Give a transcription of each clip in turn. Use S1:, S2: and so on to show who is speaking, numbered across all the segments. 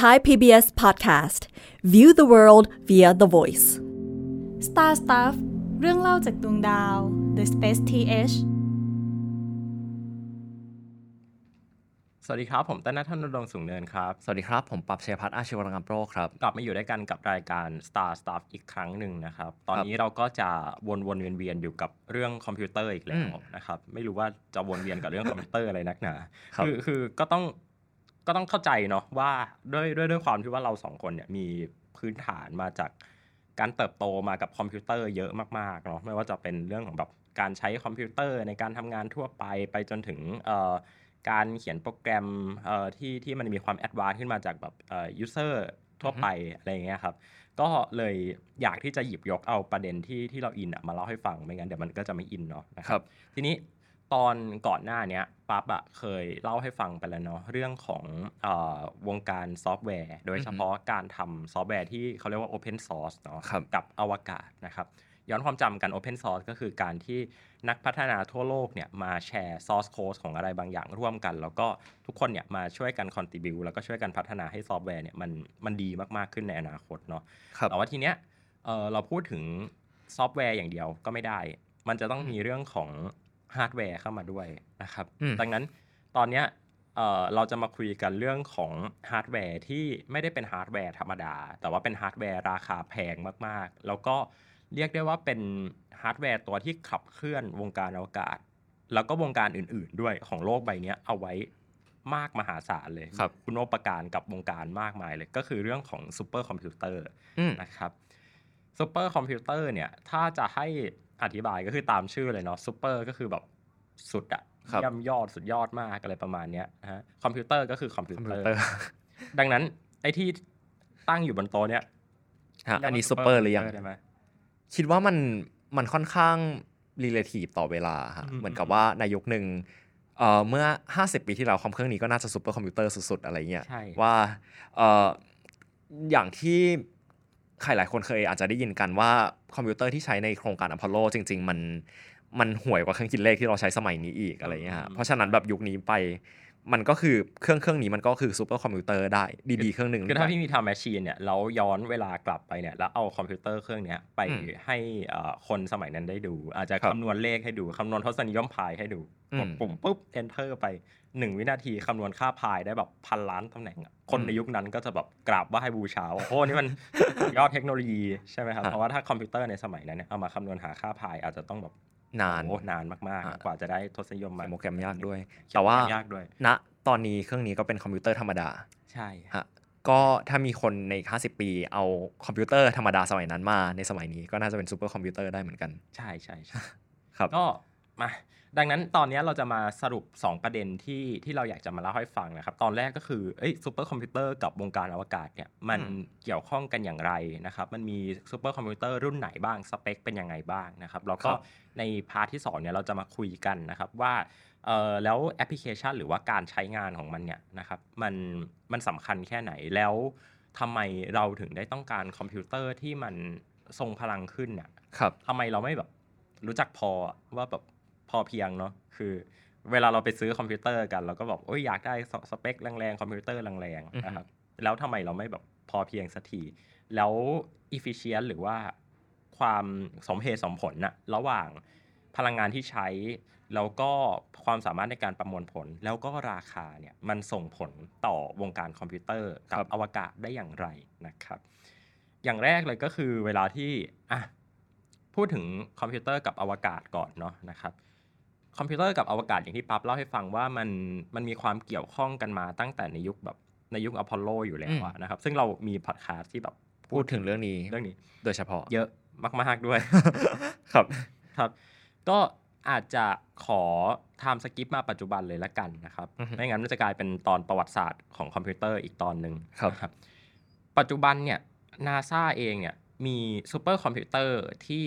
S1: Thai PBS Podcast View the world via the voice
S2: Star Stuff เรื่องเล่าจากดวงดาว The Space TH
S3: สวัสดีครับ ผมต้นนัทธนรงค์สูงเนินครับ
S4: สวัสดีครับ ผมปรับเชยพัฒน์อาชีวรังกำโปรครับ
S3: กลับมาอยู่ด้วยกันกับรายการ Star Stuff อีกครั้งหนึ่งนะครับ ตอนนี้เราก็จะวนวนๆเวียนๆอยู่กับเรื่องคอมพิวเตอร์อีกแล้ว
S4: อืม
S3: นะครับ ไม่รู้ว่าจะวนเวียนกับเรื่องคอมพิวเตอร์อะไรนักหนา
S4: ครับ
S3: อคือก็ต้องก็ต้องเข้าใจเนาะว่าด้วยด้วยด้วยความที่ว่าเราสองคนเนี่ยมีพื้นฐานมาจากการเติบโตมากับคอมพิวเตอร์เยอะมากๆเนาะไม่ว่าจะเป็นเรื่องของแบบการใช้คอมพิวเตอร์ในการทำงานทั่วไปไปจนถึงเอ่อ การเขียนโปรแกรมเอ่อที่ที่มันมีความแอดวานซ์ขึ้นมาจากแบบเอ่อยูเซอร์ทั่วไปอะไรอย่างเงี้ยครับ ก็เลยอยากที่จะหยิบยกเอาประเด็นที่ที่เราอินอะมาเล่าให้ฟังไม่งั้นเดี๋ยวมันก็จะไม่อินเนาะนะค
S4: ครับ รับ
S3: ทีนี้ตอนก่อนหน้าเนี้ยปั๊บอะเคยเล่าให้ฟังไปแล้วเนาะเรื่องของเออวงการซอฟต์แวร์ โดยเฉพาะการทำซอฟต์แวร์ที่เขาเรียกว่า Open Source เนาะ
S4: ครับ
S3: กับอวกาศนะครับ ย้อนความจำกัน Open Source ก็คือการที่นักพัฒนาทั่วโลกเนี่ยมาแชร์ source code ของอะไรบางอย่างร่วมกัน แล้วก็ทุกคนเนี่ยมาช่วยกัน contribu แล้วก็ช่วยกันพัฒนาให้ซอฟต์แวร์เนี่ยมันมันดีมาก ๆ ขึ้นในอนาคตเนาะ
S4: ครับ
S3: แต่ว่าทีเนี้ยเอ่อเราพูดถึงซอฟต์แวร์อย่างเดียวก็ไม่ได้ มันจะต้องมีเรื่องของฮาร์ดแวร์เข้ามาด้วยนะครับ
S4: อืม
S3: ดังนั้นตอนเนี้ยเอ่อเราจะมาคุยกันเรื่องของฮาร์ดแวร์ที่ไม่ได้เป็นฮาร์ดแวร์ธรรมดา แต่ว่าเป็นฮาร์ดแวร์ราคาแพงมากๆ แล้วก็เรียกได้ว่าเป็นฮาร์ดแวร์ตัวที่ขับเคลื่อนวงการอวกาศ แล้วก็วงการอื่นๆด้วยของโลกใบเนี้ยเอาไว้มากมหาศาลเลย
S4: ครับ
S3: คุณโอปการกับวงการมากมายเลย ก็คือเรื่องของซูเปอร์คอมพิวเตอร์
S4: อืม
S3: นะครับซูเปอร์คอมพิวเตอร์เนี่ย ถ้าจะให้อธิบายก็คือตามชื่อเลยเนาะซูเปอร์ก็คือแบบสุดอะ
S4: ครับ
S3: เย่ำยอดสุดยอดมากอะไรประมาณเนี้ยนะฮะคอมพิวเตอร์ก็คือคอมพิว
S4: คอม
S3: เต
S4: พิ
S3: อ
S4: ว
S3: ร์
S4: เตอร์
S3: ดังนั้นไอ้ที่ตั้งอยู่บนโต๊ะเนี่ย
S4: ฮะ
S3: ยกว่า
S4: อันนี้
S3: super
S4: ซูเปอร์หรือยัง
S3: computer ได้ไหม
S4: คิดว่ามันมันค่อนข้างรีเลทีฟต่อเวลาฮะ
S3: อืม
S4: เหมือนกับว่าในยุคหนึ่งเอ่อเมื่อ 50 ปีที่แล้วคอมเครื่องนี้ก็น่าจะซูเปอร์คอมพิวเตอร์สุดๆ อะไรเงี้ย
S3: ใช่
S4: ว่าเอ่ออย่างที่ใครหลายคนเคยอาจจะได้ยินกันว่าคอมพิวเตอร์ที่ใช้ในโครงการอพอลโลจริง ๆ มันมันห่วยกว่าเครื่องคิดเลขที่เราใช้สมัยนี้อีกอะไรเงี้ยฮะเพราะฉะนั้นแบบยุคนี้ไป มันก็คือเครื่องเครื่องนี้มันก็คือซูเปอร์คอมพิวเตอร์ได้ดีๆเครื่องหนึ่ง
S3: คือถ้าพี่มีทำแมชชีนเนี่ยแล้วย้อนเวลากลับไปเนี่ยแล้วเอาคอมพิวเตอร์เครื่องเนี้ยไป
S4: อืม
S3: ให้เอ่อคนสมัยนั้นได้ดู อาจจะ
S4: ครับ
S3: คำนวณเลขให้ดูคำนวณทศนิยมพายให้ดู
S4: อืม
S3: กดปุ่มปุ๊บ enter ไป 1 วินาทีคำนวณค่าพายได้แบบพันล้านตำแหน่งอะคนในยุคนั้นก็จะแบบกราบไหว้บูชาว่าโอ้นี่มัน สุดยอดเทคโนโลยีใช่ไหมครับเพราะว่าถ้าคอมพิวเตอร์ในสมัยนั้นเนี่ยเอามาคำนวณหาค่าพายอาจจะต้องแบบ
S4: นาน
S3: โอ้นานมาก
S4: อ่ะ
S3: ๆ กว่าจะได้ทศนิยมมา
S4: โปรแกรมยากด้วย
S3: เขียน
S4: แต่ว่า
S3: โปรกรมยากด้วย
S4: ณตอนนี้เครื่องนี้ก็เป็นคอมพิวเตอร์ธรรมดา
S3: ใช่
S4: ฮะก็ถ้ามีคนในอีก50 ปีเอาคอมพิวเตอร์ธรรมดาสมัยนั้นมาในสมัยนี้ก็น่าจะเป็นซูเปอร์คอมพิวเตอร์ได้เหมือนกัน
S3: ใช่ใช่ใช่
S4: ครับ
S3: ก็มาดังนั้นตอนเนี้ยเราจะมาสรุป 2 ประเด็นที่ที่เราอยากจะมาเล่าให้ฟังนะครับ ตอนแรกก็คือเอ้ยซูเปอร์คอมพิวเตอร์กับวงการอวกาศเนี่ยมัน
S4: อืม
S3: เกี่ยวข้องกันอย่างไรนะครับ มันมีซูเปอร์คอมพิวเตอร์รุ่นไหนบ้าง สเปคเป็นยังไงบ้างนะครับ แล้วก็ในพาร์ทที่ 2 เนี่ยเราจะมาคุยกันนะครับว่าเออแล้วแอปพลิเคชันหรือว่าการใช้งานของมันเนี่ยนะครับมันมันสำคัญแค่ไหนแล้วทำไมเราถึงได้ต้องการคอมพิวเตอร์ที่มันทรงพลังขึ้นน่ะ
S4: ครับ
S3: ทำไมเราไม่แบบรู้จักพออะว่าแบบพอเพียงเนาะคือ เวลาเราไปซื้อคอมพิวเตอร์กัน เราก็แบบโอ้ยอยากได้สสเปคแรงๆ คอมพิวเตอร์แรง
S4: อือฮึ
S3: ๆนะครับแล้วทำไมเราไม่แบบพอเพียงสักทีแล้ว efficient หรือว่าความสมเหตุสมผลน่ะระหว่างพลังงานที่ใช้ แล้วก็ความสามารถในการประมวลผล แล้วก็ราคาเนี่ยมันส่งผลต่อวงการคอมพิวเตอร์กั
S4: ครับ บ
S3: อวกาศได้อย่างไรนะครับ อย่างแรกเลยก็คือเวลาที่อ่ะพูดถึงคอมพิวเตอร์กับอวกาศก่อนเนาะนะครับ คอมพิวเตอร์กับอวกาศอย่างที่ปั๊บเล่าให้ฟังว่ามันมันมีความเกี่ยวข้องกันมาตั้งแต่ในยุคแบบในยุคอพอลโลอยู่แล้วอะนะครับ ซึ่งเรามีพอดแคสต์ที่แบบ
S4: พูดถึงเรื่องนี้
S3: เรื่องนี้
S4: โดยเฉพาะ
S3: เยอะมากๆด้วย
S4: ครับ
S3: ครับ ก็อาจจะขอไทม์สกิปมาปัจจุบันเลยละกันนะครับ
S4: อือฮึ
S3: ไม่งั้นมันจะกลายเป็นตอนประวัติศาสตร์ของคอมพิวเตอร์อีกตอนหนึ่ง
S4: ครับ
S3: นะปัจจุบันเนี่ยนาซาเองเนี่ยมีซูเปอร์คอมพิวเตอร์ที่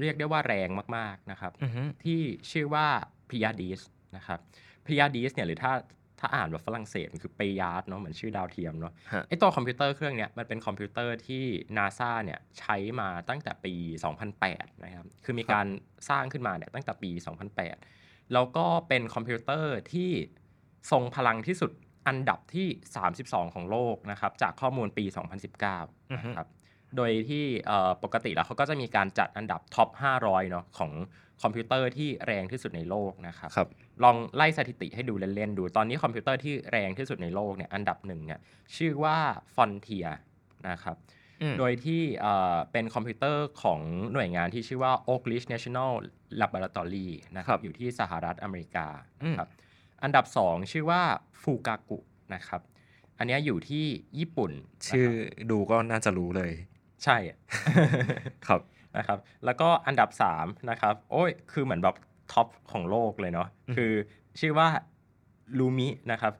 S3: เรียกได้ว่าแรงมากๆนะครับ
S4: อือฮึ
S3: ที่ชื่อว่าพิยาดีสนะครับพิยาดีสเนี่ยหรือถ้าถ้าอ่านแบบฝรั่งเศสมันคือเปยาร์ดเนาะเหมือนชื่อดาวเทียมเนาะ
S4: ฮะ
S3: ไอตัวคอมพิวเตอร์เครื่องเนี้ยมันเป็นคอมพิวเตอร์ที่ NASA เนี่ยใช้มาตั้งแต่ปี 2008 นะครับ คือมีการสร้างขึ้นมาเนี่ยตั้งแต่ปี 2008 แล้วก็เป็นคอมพิวเตอร์ที่ทรงพลังที่สุด อันดับที่ 32 ของโลกนะครับ จากข้อมูลปี 2019
S4: อือฮึ
S3: นะครับ โดยที่เอ่อปกติแล้วเขาก็จะมีการจัดอันดับท็อป 500 เนาะของคอมพิวเตอร์ที่แรงที่สุดในโลกนะครับ
S4: ครับ
S3: ลองไล่สถิติให้ดูเล่น ๆ ดู ตอนนี้คอมพิวเตอร์ที่แรงที่สุดในโลกเนี่ยอันดับหนึ่งเนี่ยชื่อว่า Frontier นะครับ
S4: อืม
S3: โดยที่เอ่อเป็นคอมพิวเตอร์ของหน่วยงานที่ชื่อว่า Oak Ridge National Laboratory นะค
S4: ครั
S3: รับบ อยู่ที่สหรัฐอเมริกา
S4: อืม
S3: นะครับอันดับ 2 ชื่อว่าฟูกากุนะครับ อันเนี้ยอยู่ที่ญี่ปุ่นนะครับ
S4: ชื่อดูก็น่าจะรู้เลย
S3: ใช่
S4: ครับ
S3: นะครับแล้วก็อันดับ 3 นะครับ โอ้ย คือเหมือนแบบท็อปของโลกเลยเนาะ
S4: อืม
S3: คือชื่อว่าลูมินะครับ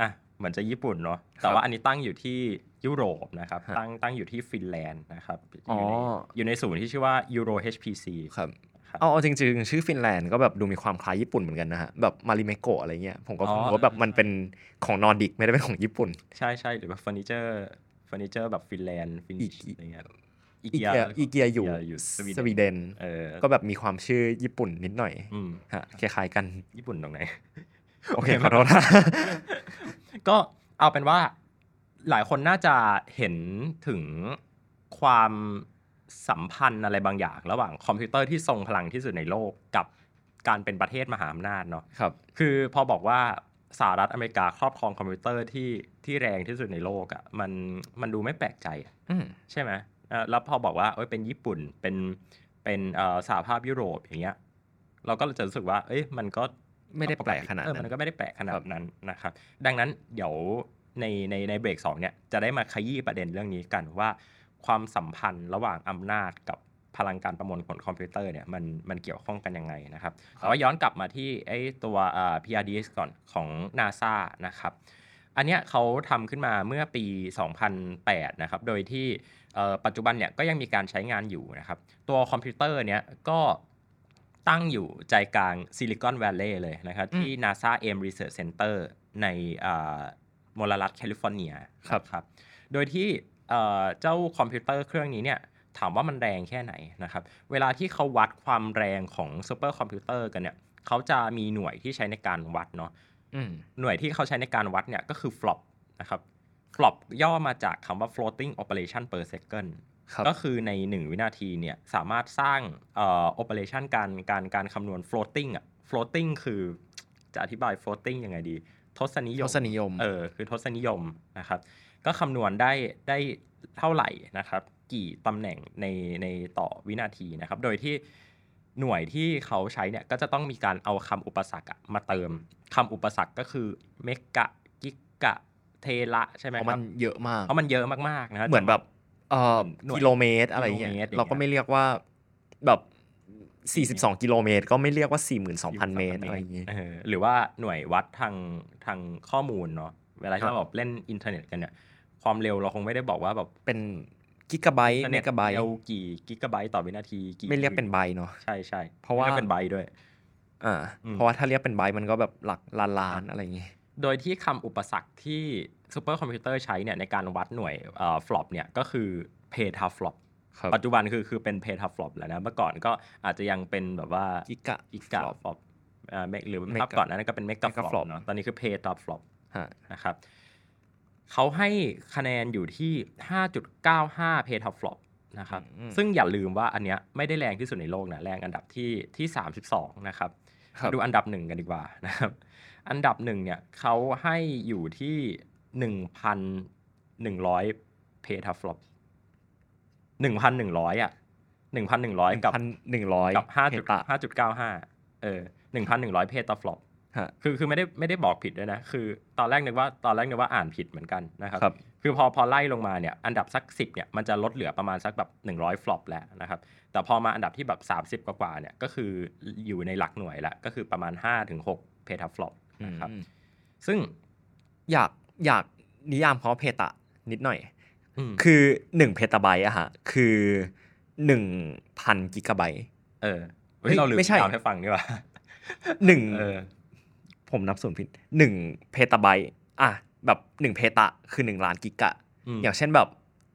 S3: อ่ะเหมือนจะญี่ปุ่นเนาะแต่ว่าอันนี้ตั้งอยู่ที่ยุโรปนะครับ
S4: ฮะ
S3: ตั้งตั้งอยู่ที่ฟินแลนด์นะครับ
S4: อ๋อ
S3: ยู่ในอ
S4: อ
S3: ยู่ในศูนย์ที่ชื่อว่า Euro HPC
S4: ครับเอาเอาจริงๆ ชื่อฟินแลนด์ก็แบบดูมีความคล้ายญี่ปุ่นเหมือนกันนะฮะแบบมาริเมโกะอะไรเงี้ยผมก็
S3: อ๋อ
S4: ผมว่าแบบมันเป็นของนอร์ดิกไม่ได้เป็นของญี่ปุ่น
S3: ใช่ใช่หรือว่าเฟอร์นิเจอร์เฟอร์นิเจอร์แบบฟินแลนด์ฟิน
S4: อี
S3: นิช
S4: ก
S3: อะไรเงี้ย
S4: อีเกียอีเกียอยู่
S3: อยู่ส
S4: ส
S3: วี
S4: วี
S3: เดน
S4: เดน
S3: เออ
S4: ก็แบบมีความชื่อญี่ปุ่นนิดหน่อย
S3: อืม
S4: ฮะคล้ายๆกัน
S3: ญี่ปุ่นตรงไหน
S4: โอเค
S3: โอเค
S4: ขอโทษนะ
S3: ก็เอาเป็นว่าหลายคนน่าจะเห็นถึงความสัมพันธ์อะไรบางอย่าง ระหว่างคอมพิวเตอร์ที่ทรงพลังที่สุดในโลกกับการเป็นประเทศมหาอำนาจเนาะ
S4: ครับ
S3: คือพอบอกว่าสหรัฐอเมริกาครอบครองคอมพิวเตอร์ที่ที่แรงที่สุดในโลกอะ่ะมันมันดูไม่แปลกใจอะ
S4: อืม
S3: ใช่ไหมเอ่อแล้วพอบอกว่าเอ้ยเป็นญี่ปุ่นเป็นเป็นเอ่อสหภาพยุโรปอย่างเงี้ยเราก็จะรู้สึกว่า เอ้ยมันก็
S4: ไม่ได้แปลกขนาด
S3: เออ
S4: นั้
S3: มัน นก็ไม่ได้แปลกขนา
S4: ครั
S3: ด
S4: บ
S3: นั้นนะครับ ดังนั้นเดี๋ยวในในในเบรกสองเนี่ยจะได้มาขยี้ประเด็นเรื่องนี้กันว่า ความสัมพันธ์ระหว่างอำนาจกับพลังการประมวลผลคอมพิวเตอร์เนี่ยมันมันเกี่ยวข้องกันยังไงนะครับแต่ว่าย้อนกลับมาที่ไอ้ตัวอ่า PRDS ก่อนของ NASA นะครับ อันเนี้ยเขาทำขึ้นมาเมื่อปี 2008 นะครับ โดยที่เอ่อปัจจุบันเนี่ยก็ยังมีการใช้งานอยู่นะครับ ตัวคอมพิวเตอร์เนี่ยก็ตั้งอยู่ใจกลางซิลิคอนแวลเลย์เลยนะครับที่ NASA Ames Research Center ในอ่ามลรัฐแคลิฟอร์เนีย
S4: ครับ
S3: นะครับ โดยที่เอ่อเจ้าคอมพิวเตอร์เครื่องนี้เนี่ยถามว่ามันแรงแค่ไหนนะครับ เวลาที่เขาวัดความแรงของซูเปอร์คอมพิวเตอร์กันเนี่ยเขาจะมีหน่วยที่ใช้ในการวัดเนาะ
S4: อืม
S3: หน่วยที่เขาใช้ในการวัดเนี่ยก็คือ flop นะครับ flop ย่อมาจากคำว่า floating operation per second
S4: ครับ
S3: ก็คือใน 1 วินาทีเนี่ยสามารถสร้างเอ่อ operation การการการคำนวณ floating อะ floating คือจะอธิบาย floating ยังไงดี ทศนิย
S4: ย
S3: ม
S4: ศนิยม
S3: เออคือทศนิยมนะครับ ก็คำนวณได้ได้เท่าไหร่นะครับ กี่ตำแหน่งในในต่อวินาทีนะครับ โดยที่หน่วยที่เขาใช้เนี่ยก็จะต้องมีการเอาคำอุปสรรคอะมาเติมคำอุปสรรคก็คือเมกะกิกะเทระใช่ไหม
S4: เพราะ
S3: ค
S4: มั
S3: รับ
S4: นเยอะมาก
S3: เพราะมันเยอะมากๆนะฮะ
S4: เหมือนแบบเอ่อ
S3: หน่วย
S4: กิโลเมตรอะไรเงี้ย
S3: กิโลเมตร
S4: เราก็ไม่เรียกว่าแบบ 42 กิโลเมตร ก็ไม่เรียกว่า 42,000 เมตรอะไรอย่างงี้
S3: เออหรือว่าหน่วยวัดทางทางข้อมูลเนาะเวลา
S4: ครั
S3: ที่
S4: บ
S3: เราแบบเล่นอินเทอร์เน็ตกันเนี่ยความเร็วเราคงไม่ได้บอกว่าแบบ
S4: เป็นกิกะไบต์เมกะไบต์
S3: เอลกี่กิกะไบต์ต่อวินาทีกี่
S4: ไม่เรียกเป็นไบต์เนาะ
S3: ใช่ใช่
S4: เพราะว่า
S3: ไม่รียกเป็นไบต์ด้วย
S4: อ่า
S3: อืม
S4: เพราะว่าถ้าเรียกเป็นไบต์มันก็แบบหลักล้านล้านๆอะไรอย่างงี้
S3: โดยที่คำอุปสรรคที่ซูเปอร์คอมพิวเตอร์ใช้เนี่ยในการวัดหน่วยเอ่อฟลอปเนี่ยก็คือเพทาฟลอป
S4: ครับ
S3: ปัจจุบันคือคือเป็นเพทาฟลอปแล้วนะเมื่อก่อนก็อาจจะยังเป็นแบบว่า
S4: กิกะ
S3: กิกะ
S4: flop
S3: ฟลอปหรือ
S4: mega
S3: ภาพก่อนนั้นก็เป็นเมกะ
S4: mega
S3: ฟลอ
S4: flop
S3: ปเนาะตอนนี้คือเพทาฟลอป
S4: ฮะ
S3: นะครับเขาให้คะแนนอยู่ที่ 5.95เพทาฟลอปนะครับ
S4: อืม
S3: ซึ่งอย่าลืมว่าอันเนี้ยไม่ได้แรงที่สุดในโลกนะแรงอันดับที่ที่ 32 นะครับ
S4: ครับ
S3: ดูอันดับหนึ่งกันดีกว่านะครับ อันดับหนึ่งเนี่ยเขาให้อยู่ที่ 1,100 เพทาฟลอป1,100 อ่ะ 1,100 กับ
S4: พันหนึ่งร้อย
S3: กับ5
S4: เพตะ
S3: จุด5.95 เออ 1,100 เพทาฟลอป
S4: ฮะ
S3: คือคือไม่ได้ไม่ได้บอกผิดด้วยนะ คือตอนแรกนึกว่าตอนแรกนึกว่าอ่านผิดเหมือนกันนะครับ
S4: ครับ
S3: คือพอพอไล่ลงมาเนี่ยอันดับสัก 10เนี่ยมันจะลดเหลือประมาณสักแบบ 100ฟลอปแล้วนะครับ แต่พอมาอันดับที่แบบ 30 กว่าๆเนี่ยก็คืออยู่ในหลักหน่วยละก็คือประมาณ 5-6เพทาฟลอปนะครับ
S4: อืม
S3: ซึ่ง
S4: อยากอยากนิยามเพราะเพตะนิดหน่อย
S3: ม
S4: คือ1เพตาไบต์อะฮะคือ 1,000 กิกะไบต์
S3: เออ
S4: เฮ้
S3: เฮ้
S4: ย
S3: ยเราลืม
S4: ไม่ใช่
S3: ถามให้ฟังนี่หว่า
S4: หนึ่ง
S3: เออ
S4: ผมนับส่วนย์ผิดหนึ่งเพตาไบต์อ่ะแบบหนึ่งเพตะคือหนึ่งล้านกิกะ
S3: อืม
S4: อย่างเช่นแบบ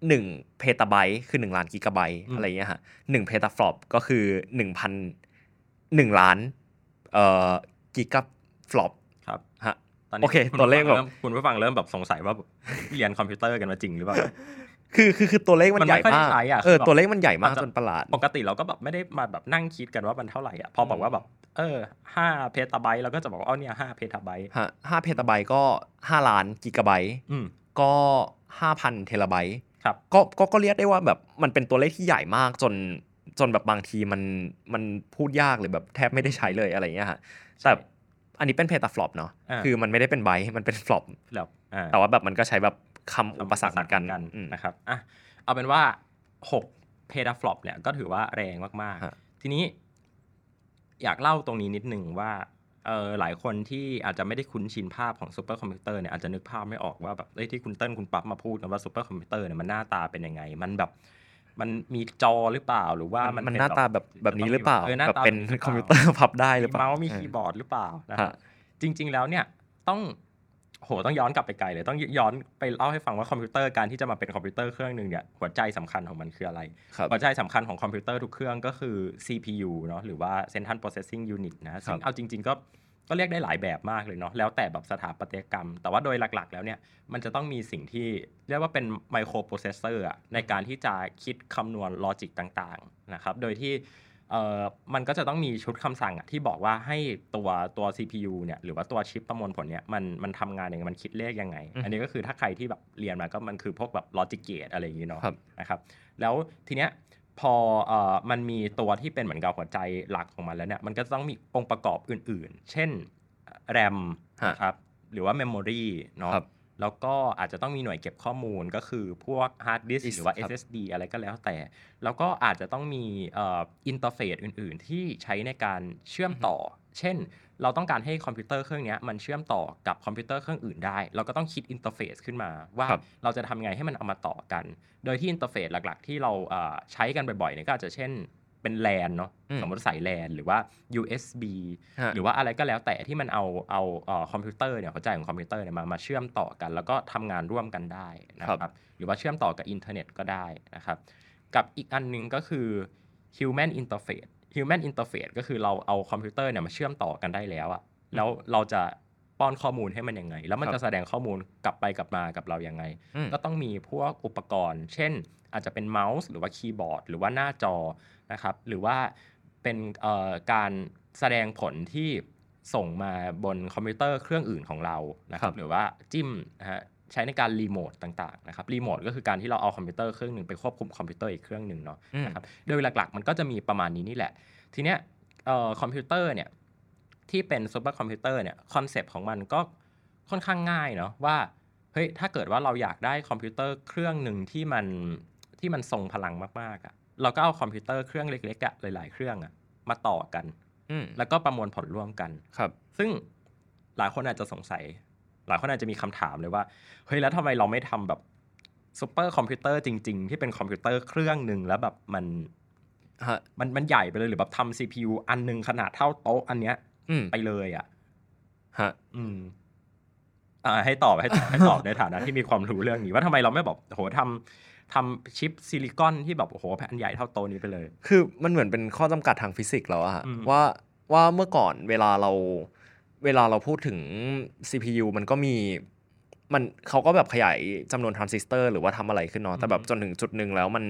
S4: หนึ่งเพตาไบต์คือหนึ่งล้านกิกะไบต์
S3: อืม
S4: อะไรอย่างเงี้ยฮะหนึ่งเพตาฟลอปก็คือหนึ่งพันหนึ่งล้านเอ่อกิกะฟลอป
S3: ครับ
S4: ฮะ
S3: ตอนนี้
S4: โอเค
S3: ณ
S4: ตัวเลขแบบ
S3: ริ่มคุณผู้ฟังเริ่มแบบสงสัยว่าแบบเรียนคอมพิวเตอร์กันมาจริงหรือเปล่า
S4: คือคือคือตัวเลขมัน
S3: มัน
S4: ใหญ่
S3: ไม่ค่อย
S4: มาก
S3: ได้ใช้อะ
S4: เออ
S3: คือแบบ
S4: ตัวเลขมันใหญ่มากจนประหลาด
S3: ปกติเราก็แบบไม่ได้มาแบบนั่งคิดกันว่ามันเท่าไหร่อ่ะพอบอกว่าแบบเออห้าเพตาไบต์เราก็จะบอกว่าอ๋อเนี่ยห้าเพตาไบต์
S4: ฮะห้าเพตาไบต์ก็ห้าล้านกิกะไบต์
S3: อืม
S4: ก็ห้าพันเทราไบต์
S3: ครับ
S4: ก็ก็ก็เรียกได้ว่าแบบมันเป็นตัวเลขที่ใหญ่มากจนจนแบบบางทีมันมันพูดยากหรือแบบแทบไม่ได้ใช้เลยอะไรเงี้ยฮะแต่อันนี้เป็นเพตาฟลอปเนาะ
S3: อ่า
S4: คือมันไม่ได้เป็นไบต์มันเป็นฟลอป
S3: แล้วอ่า
S4: แต่ว่าแบบมันก็ใช้แบบคำอุปสรรคเหมือนกันอืม
S3: นะครับอ่ะเอาเป็นว่า 6 เพดาฟลอปเนี่ยก็ถือว่าแรงมาก
S4: ฮะ
S3: ๆ ทีนี้อยากเล่าตรงนี้นิดนึงว่าเออหลายคนที่อาจจะไม่ได้คุ้นชินภาพของซูเปอร์คอมพิวเตอร์เนี่ยอาจจะนึกภาพไม่ออกว่าแบบเอ้ยที่คุณเติ้ลคุณปั๊บมาพูดกันว่าซูเปอร์คอมพิวเตอร์เนี่ยมันหน้าตาเป็นยังไง มันแบบมันมีจอหรือเปล่าหรือว่ามัน
S4: มัน
S3: เป็
S4: หน้าตาแบบแบบนี้หรือเปล่า
S3: ออห
S4: แบบ
S3: ตา
S4: เป็น
S3: แบบ
S4: คอมพิวเตอร์พับได้หรื
S3: มี
S4: อเปล่า
S3: เมาส์มีคีย์บอร์ดหรือเปล่านะครั
S4: ฮะ
S3: บ จริง ๆ แล้วเนี่ยต้องโหต้องย้อนกลับไปไกลเลยต้องย้อนไปเล่าให้ฟังว่าคอมพิวเตอร์การที่จะมาเป็นคอมพิวเตอร์เครื่องหนึ่งเนี่ยหัวใจสำคัญของมันคืออะไร
S4: ครับ
S3: หัวใจสำคัญของคอมพิวเตอร์ทุกเครื่องก็คือ CPU เนาะหรือว่า Central Processing Unit นะซึ่งเอาจริง ๆ ก็ก็เรียกได้หลายแบบมากเลยเนาะแล้วแต่แบบสถาปัตยกรรม แต่ว่าโดยหลักๆ แล้วเนี่ย มันจะต้องมีสิ่งที่เรียกว่าเป็นไมโครโปรเซสเซอร์ในการที่จะคิดคำนวณลอจิกต่างๆนะครับโดยที่เอ่อมันก็จะต้องมีชุดคำสั่งอะที่บอกว่าให้ตัวตัว CPU เนี่ยหรือว่าตัวชิปประมวลผลเนี่ยมันมันทำงานยังไงมันคิดเลขยังไง
S4: อืม
S3: อันนี้ก็คือถ้าใครที่แบบเรียนมาก็มันคือพวกแบบลอจิกเกตอะไรอย่างนี้เนาะ
S4: ครับ
S3: นะครับ แล้วทีเนี้ยพอเออมันมีตัวที่เป็นเหมือนกับหัวใจหลักของมันแล้วเนี่ยมันก็ต้องมีองค์ประกอบอื่นๆ เช่นแรม
S4: ฮะ
S3: นะครับหรือว่าเมมโมรีเนาะ
S4: ครับ
S3: แล้วก็อาจจะต้องมีหน่วยเก็บข้อมูลก็คือพวกฮาร์ดดิส
S4: Disk
S3: หรือว่า
S4: ครับ
S3: SSD อะไรก็แล้วแต่ แล้วก็อาจจะต้องมีเอินเทอร์เฟซอื่นๆ ที่ใช้ในการเชื่อมต่อ เช่น เราต้องการให้คอมพิวเตอร์เครื่องเนี้ยมันเชื่อมต่อกับคอมพิวเตอร์เครื่องอื่นได้ เราก็ต้องคิดอินเทอร์เฟซขึ้นมาว่า
S4: ครับ
S3: เราจะทำไงให้มันเอามาต่อกัน โดยที่อินเทอร์เฟซหลักๆ ที่เราเอ่อใช้กันบ่อยๆเนี่ยก็อาจจะเช่นเป็นแลนเนาะ
S4: อืม
S3: สมมติใส่แลนหรือว่า USB
S4: ฮะ
S3: หรือว่าอะไรก็แล้วแต่ที่มันเอาเอาเอ่อคอมพิวเตอร์เนี่ยหัวใจของคอมพิวเตอร์เนี่ยมามาเชื่อมต่อกัน แล้วก็ทำงานร่วมกันได้นะค
S4: ครั
S3: รับ
S4: บ
S3: หรือว่าเชื่อมต่อกับอินเทอร์เน็ตก็ได้นะครับ กับอีกอันหนึงก็คือ human interface human interface ก็คือเราเอาคอมพิวเตอร์เนี่ยมาเชื่อมต่อกันได้แล้วอะแล้วเราจะป้อนข้อมูลให้มันยังไง แล้วมัน
S4: ครับ
S3: จะแสดงข้อมูลกลับไปกลับมากับเรายังไง
S4: อืม
S3: ก็ต้องมีพวกอุปกรณ์ เช่น อาจจะเป็นเมาส์หรือว่าคีย์บอร์ด หรือว่าหน้าจอนะครับ หรือว่าเป็นเอ่อการแสดงผลที่ส่งมาบนคอมพิวเตอร์เครื่องอื่นของเรานะค
S4: ครั
S3: รับ
S4: บ
S3: หรือว่าจิ้มนะฮะใช้ในการรีโมทต่างๆนะครับ รีโมทก็คือการที่เราเอาคอมพิวเตอร์เครื่องหนึ่งไปควบคุมคอมพิวเตอร์อีกเครื่องหนึ่งเนาะ
S4: อืม
S3: นะครับโดยหลักๆ มันก็จะมีประมาณนี้นี่แหละ ทีเนี้ยเอ่อคอมพิวเตอร์เนี่ยที่เป็นซูเปอร์คอมพิวเตอร์เนี่ยคอนเซปต์ของมันก็ค่อนข้างง่ายเนาะว่าเฮ้ยถ้าเกิดว่าเราอยากได้คอมพิวเตอร์เครื่องหนึ่งที่มันที่มันทรงพลังมากๆอะ่ะเราก็เอาคอมพิวเตอร์เครื่องเล็กๆอะ่ะหลายๆเครื่องอะ่ะมาต่อกัน
S4: อืม
S3: แล้วก็ประมวลผลร่วมกัน
S4: ครับ
S3: ซึ่งหลายคนอาจจะสงสัย หลายคนอาจจะมีคำถามเลยว่า เฮ้ย แล้วทำไมเราไม่ทำแบบซูเปอร์คอมพิวเตอร์จริง ๆ ที่เป็นคอมพิวเตอร์เครื่องหนึ่งแล้วแบบมัน
S4: ฮะ
S3: มันมันใหญ่ไปเลยหรือแบบทำ CPU อันหนึ่งขนาดเท่าโต๊ะอันเนี้ย
S4: อืม
S3: ไปเลยอ่ะ
S4: ฮะ
S3: อืม อ่า ให้ตอบให้ตอบให้ตอบ ในฐานะที่มีความรู้เรื่องนี้ ว่าทำไมเราไม่แบบโอ้โหทำทำชิปซิลิคอนที่แบบโอ้โหแผ่นใหญ่เท่าโต๊ะนี้ไปเลย
S4: คือมันเหมือนเป็นข้อจำกัดทางฟิสิกส์แล้วอะฮะ
S3: อืม
S4: ว่าว่าเมื่อก่อนเวลาเราเวลาเราพูดถึง CPU มันก็มีมันเขาก็แบบขยายจำนวนทรานซิสเตอร์หรือว่าทำอะไรขึ้นเนาะแต่แบบ
S3: อืม
S4: จนถึงจุดหนึ่งแล้วมัน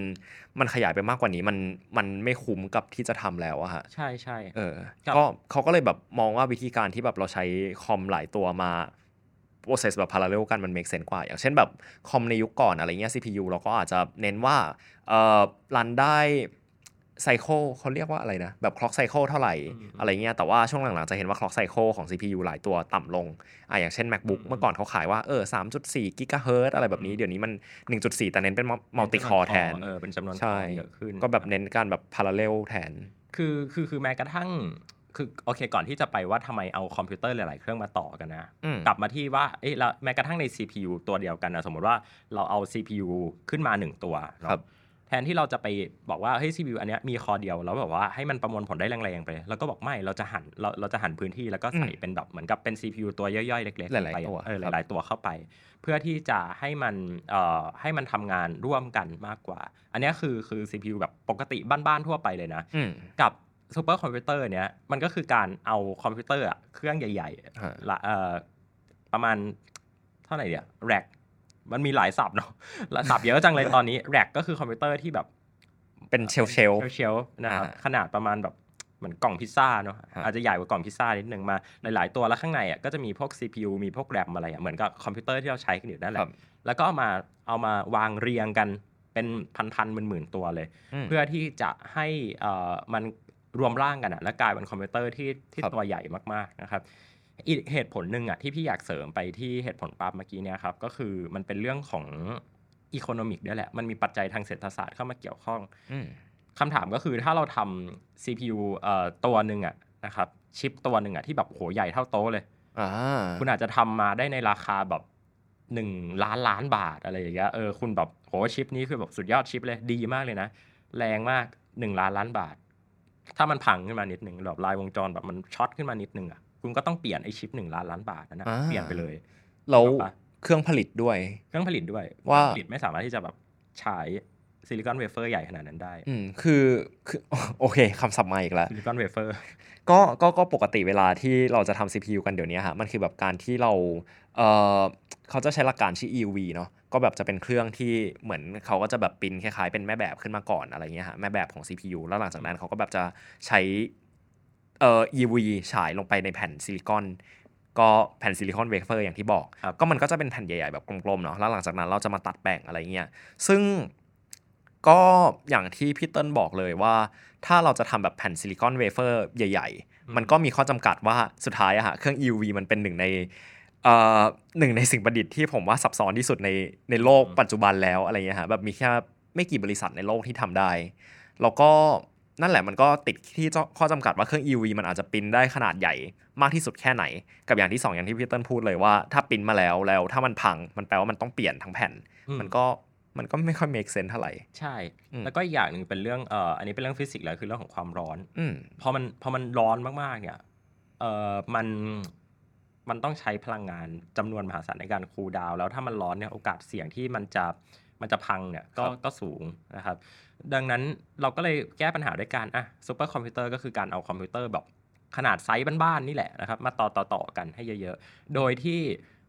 S4: มันขยายไปมากกว่านี้มันมันไม่คุ้มกับที่จะทำแล้วอะฮะ
S3: ใช่ใช่
S4: เออ
S3: ครับ
S4: ก็เขาก็เลยแบบมองว่าวิธีการที่แบบเราใช้คอมหลายตัวมา process แบบ parallel กันมัน make sense กว่า อย่างเช่นแบบคอมในยุคก่อนอะไรเงี้ย CPU เราก็อาจจะเน้นว่าเอ่อรันได้ไซเคิลเขาเรียกว่าอะไรนะ แบบ clock cycle เท่าไหร่
S3: อืม
S4: อะไรเงี้ยแต่ว่าช่วงหลังๆ จะเห็นว่า clock cycle ของ CPU หลายตัวต่ำลงอ่ะอย่างเช่น macbook
S3: อืม
S4: เมื่อก่อนเขาขายว่าเออ3.4 gigahertz อะไรแบบนี้
S3: อืม
S4: เดี๋ยวนี้มัน 1.4 แต่เน้นเป็น multi core แทน
S3: เออเป็นจำนวนค
S4: ใช่
S3: อเยอะขึ้น
S4: ก็แบบเน้นการแบบ parallel แทน
S3: คือคือคือแม้กระทั่งคือโอเคก่อนที่จะไปว่าทำไมเอาคอมพิวเตอร์หลาย ๆ เครื่องมาต่อกันนะ
S4: อืม
S3: กลับมาที่ว่าเอ๊ะแล้วแม้กระทั่งใน CPU ตัวเดียวกันนะสมมติว่าเราเอา CPU ขึ้นมาหนึ่งตัวเนอะ
S4: ครับ
S3: แทนที่เราจะไปบอกว่าเฮ้ย CPU อันเนี้ยมีคอเดียวแล้วแบบว่าให้มันประมวลผลได้แรง ๆ ไป แล้วก็บอกไม่เราจะหันเราเราจะหันพื้นที่แล้วก็ใส่
S4: อืม
S3: เป็นแบบเหมือนกับเป็น CPU ตัวย่อย ๆ เล็กๆ
S4: หลายๆ
S3: ไป
S4: ตัว
S3: เออ
S4: ครับ
S3: หลาย ๆ ตัวเข้าไป เพื่อที่จะให้มันเอ่อให้มันทำงานร่วมกันมากกว่า อันเนี้ยคือคือ CPU แบบปกติบ้านๆทั่วไปเลยนะ
S4: อืม
S3: กับซูเปอร์คอมพิวเตอร์เนี้ยมันก็คือการเอาคอมพิวเตอร์อะเครื่องใหญ่
S4: ฮะ
S3: ๆละเอ่อ ประมาณเท่าไหร่เดียวแรกมันมีหลายศัพท์เนาะ และศัพท์เยอะจังเลยตอนนี้แรกก็คือคอมพิวเตอร์ที่แบบ
S4: เป็นเชลเชล
S3: เชลๆนะครับ
S4: อ่า
S3: ขนาดประมาณแบบเหมือนกล่องพิซซ่าเนาะ
S4: ฮะ
S3: อาจจะใหญ่กว่ากล่องพิซซ่านิดนึงมาหลาย ๆ ตัวแล้วข้างในอ่ะก็จะมีพวก CPU มีพวกแรมอะไรอ่ะเหมือนกับคอมพิวเตอร์ที่เราใช้กันอยู่นั่นแหละ
S4: ครับ
S3: แล้วก็เอามาเอามาวางเรียงกันเป็นพันๆหมื่นๆตัวเลย
S4: ม
S3: เพื่อที่จะให้เอ่อมันรวมร่างกันอะและกลายเป็นคอมพิวเตอร์ที่ที่
S4: ครับ
S3: ตัวใหญ่มากๆนะครับอีกเหตุผลหนึ่งอะที่พี่อยากเสริมไปที่เหตุผลปั๊บเมื่อกี้เนี่ยครับก็คือมันเป็นเรื่องของอีโคโนมิกด้วยแหละมันมีปัจจัยทางเศรษฐศาสตร์เข้ามาเกี่ยวข้อง
S4: ม
S3: คำถามก็คือถ้าเราทำ CPU เอ่อตัวหนึ่งอะนะครับชิปตัวหนึ่งอะที่แบบโหใหญ่เท่าโต๊ะเลย
S4: อ่า
S3: คุณอาจจะทำมาได้ในราคาแบบ 1 ล้านล้านบาทอะไรอย่างเงี้ยเออคุณแบบโหชิปนี้คือแบบสุดยอดชิปเลยดีมากเลยนะ แรงมาก 1 ล้านล้านบาท ถ้ามันพังขึ้นมานิดหนึ่งแบบลายวงจรแบบมันช็อตขึ้นมานิดหนึ่งอะคุณก็ต้องเปลี่ยนไอชิป 1 ล้านล้านบาทนั้นนะเปลี่ยนไปเลย
S4: แล้ว
S3: ครับ
S4: เครื่องผลิตด้วย
S3: เครื่องผลิตด้วยเค
S4: ว่า
S3: รื่องผลิตไม่สามารถที่จะแบบฉายซิลิคอนเวเฟอร์ใหญ่ขนาดนั้นได้
S4: อืมคือคือ โอเคคำศัพท์มาอีกแล้ว
S3: ซิลิคอนเวเฟอร์
S4: ก็ก็ก็ปกติเวลาที่เราจะทำ CPU กันเดี๋ยวนี้ฮะมันคือแบบการที่เราเออเขาจะใช้หลักการชื่อ EUV เนาะก็แบบจะเป็นเครื่องที่เหมือนเขาก็จะแบบปริ้นคล้ายๆ เป็นแม่แบบขึ้นมาก่อนอะไรเงี้ยฮะแม่แบบของ CPU แล้วหลังจากนั้นเขาก็แบบจะใช้เอ่อ EUV ฉายลงไปในแผ่นซิลิคอน ก็แผ่นซิลิคอนเวเฟอร์อย่างที่บอก
S3: ครับ
S4: ก็มันก็จะเป็นแผ่นใหญ่ๆ แบบกลมๆเนาะแล้วหลังจากนั้นเราจะมาตัดแบ่งอะไรเงี้ย ซึ่งก็อย่างที่พี่เติ้ลบอกเลยว่า ถ้าเราจะทำแบบแผ่นซิลิคอนเวเฟอร์ใหญ่ ๆ มันก็มีข้อจำกัดว่าสุดท้ายอะฮะเครื่อง EUV มันเป็นหนึ่งในเอ่อหนึ่งในสิ่งประดิษฐ์ที่ผมว่าซับซ้อนที่สุดในในโลกปัจจุบันแล้วอะไรเงี้ยฮะแบบมีแค่ไม่กี่บริษัทในโลกที่ทำได้ แล้วก็นั่นแหละมันก็ติดที่เจ้าข้อจำกัดว่าเครื่อง EUV มันอาจจะปริ้นได้ขนาดใหญ่มากที่สุดแค่ไหน กับอย่างที่สองอย่างที่พี่เติ้ลพูดเลยว่าถ้าปริ้นมาแล้วแล้วถ้ามันพังมันแปลว่ามันต้องเปลี่ยนทั้งแผ่น
S3: อื
S4: มันก็มันก็ไม่ค่อย make sense เท่าไหร่
S3: ใช่
S4: อืม
S3: แล้วก็อีกอย่างหนึ่งเป็นเรื่องเอ่ออันนี้เป็นเรื่องฟิสิกส์เลยคือเรื่องของความร้อน
S4: อืม
S3: พอมันพอมันร้อนมากๆเนี่ยเอ่อมันมันต้องใช้พลังงานจำนวนมหาศาลในการคูลดาวน์แล้วถ้ามันร้อนเนี่ยโอกาสเสี่ยงที่มันจะมันจะพังเนี่ยก็
S4: ครับ
S3: ก็สูงนะครับ ดังนั้นเราก็เลยแก้ปัญหาด้วยการอ่ะซูเปอร์คอมพิวเตอร์ก็คือการเอาคอมพิวเตอร์แบบขนาดไซส์บ้านๆนี่แหละนะครับ มาต่อต่อต่อกันให้เยอะๆ โดยที่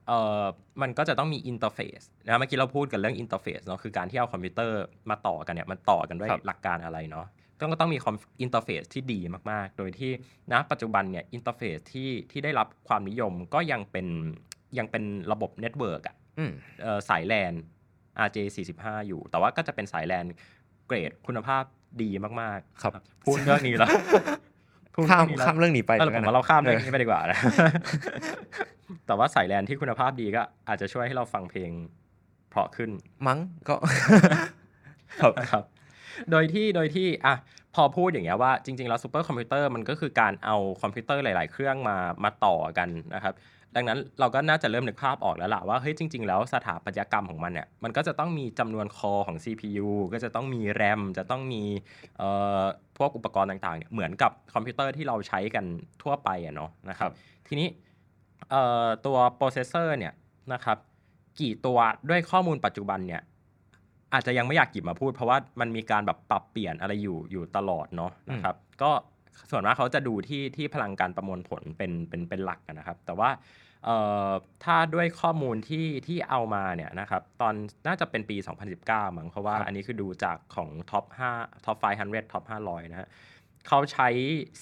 S3: เอ่อมันก็จะต้องมีอินเทอร์เฟซนะเมื่อกี้เราพูดกันเรื่องอินเทอร์เฟซเนาะคือการที่เอาคอมพิวเตอร์มาต่อกันเนี่ยมันต่อกันด้วย
S4: ครับ
S3: หลักการอะไรเนาะต้องก็ต้องมีคอมอินเทอร์เฟซที่ดีมากๆ โดยที่ณปัจจุบันเนี่ยอินเทอร์เฟซที่ที่ได้รับความนิยมก็ยังเป็นยังเป็นระบบเน็ตเวิร์กอะ
S4: อืม
S3: เอ่อสายแลน RJ45 อยู่ แต่ว่าก็จะเป็นสายแลนเกรดคุณภาพดีมากๆ
S4: ครับ
S3: พูดเรื่องนี้แล้วพูด
S4: ข้าม
S3: เรื่องนี้แล้ว
S4: ข้ามเรื่องนี้ไป
S3: เออผ
S4: แล้
S3: ม
S4: วกัน
S3: ว่า
S4: นะ
S3: เราข้ามเรื่องนี้ไปดีกว่านะ แต่ว่าสายแลนที่คุณภาพดีก็อาจจะช่วยให้เราฟังเพลงเพราะ ขึ้น
S4: มั้งก็ ครับ
S3: ครับ โดยที่ โดยที่ อ่ะ พอพูดอย่างเงี้ยว่า จริง ๆ แล้วซูเปอร์คอมพิวเตอร์มันก็คือการเอาคอมพิวเตอร์หลาย ๆ เครื่องมา มาต่อกันนะครับ ดังนั้นเราก็น่าจะเริ่มนึกภาพออกแล้วล่ะว่า เฮ้ย จริง ๆ แล้วสถาปัตยกรรมของมันเนี่ย มันก็จะต้องมีจำนวนคอของ CPU ก็จะต้องมี RAM จะต้องมี เอ่อ พวกอุปกรณ์ต่าง ๆ เนี่ย เหมือนกับคอมพิวเตอร์ที่เราใช้กันทั่วไปอะเนาะ นะครับ ทีนี้ เอ่อ ตัวโปรเซสเซอร์เนี่ย นะครับ กี่ตัวด้วยข้อมูลปัจจุบันเนี่ย อาจจะยังไม่อยากหยิบมาพูด เพราะว่ามันมีการแบบปรับเปลี่ยนอะไรอยู่อยู่ตลอดเนาะนะครับ ก็ส่วนมากเขาจะดูที่ที่พลังการประมวลผลเป็นเป็นเป็นหลักอะนะครับ แต่ว่าเอ่อถ้าด้วยข้อมูลที่ที่เอามาเนี่ยนะครับตอนน่าจะเป็นปี 2019 มั้งเพราะว่า
S4: ครับ
S3: อันนี้คือดูจากของ Top 5 Top 500 Top 500 นะฮะเขาใช้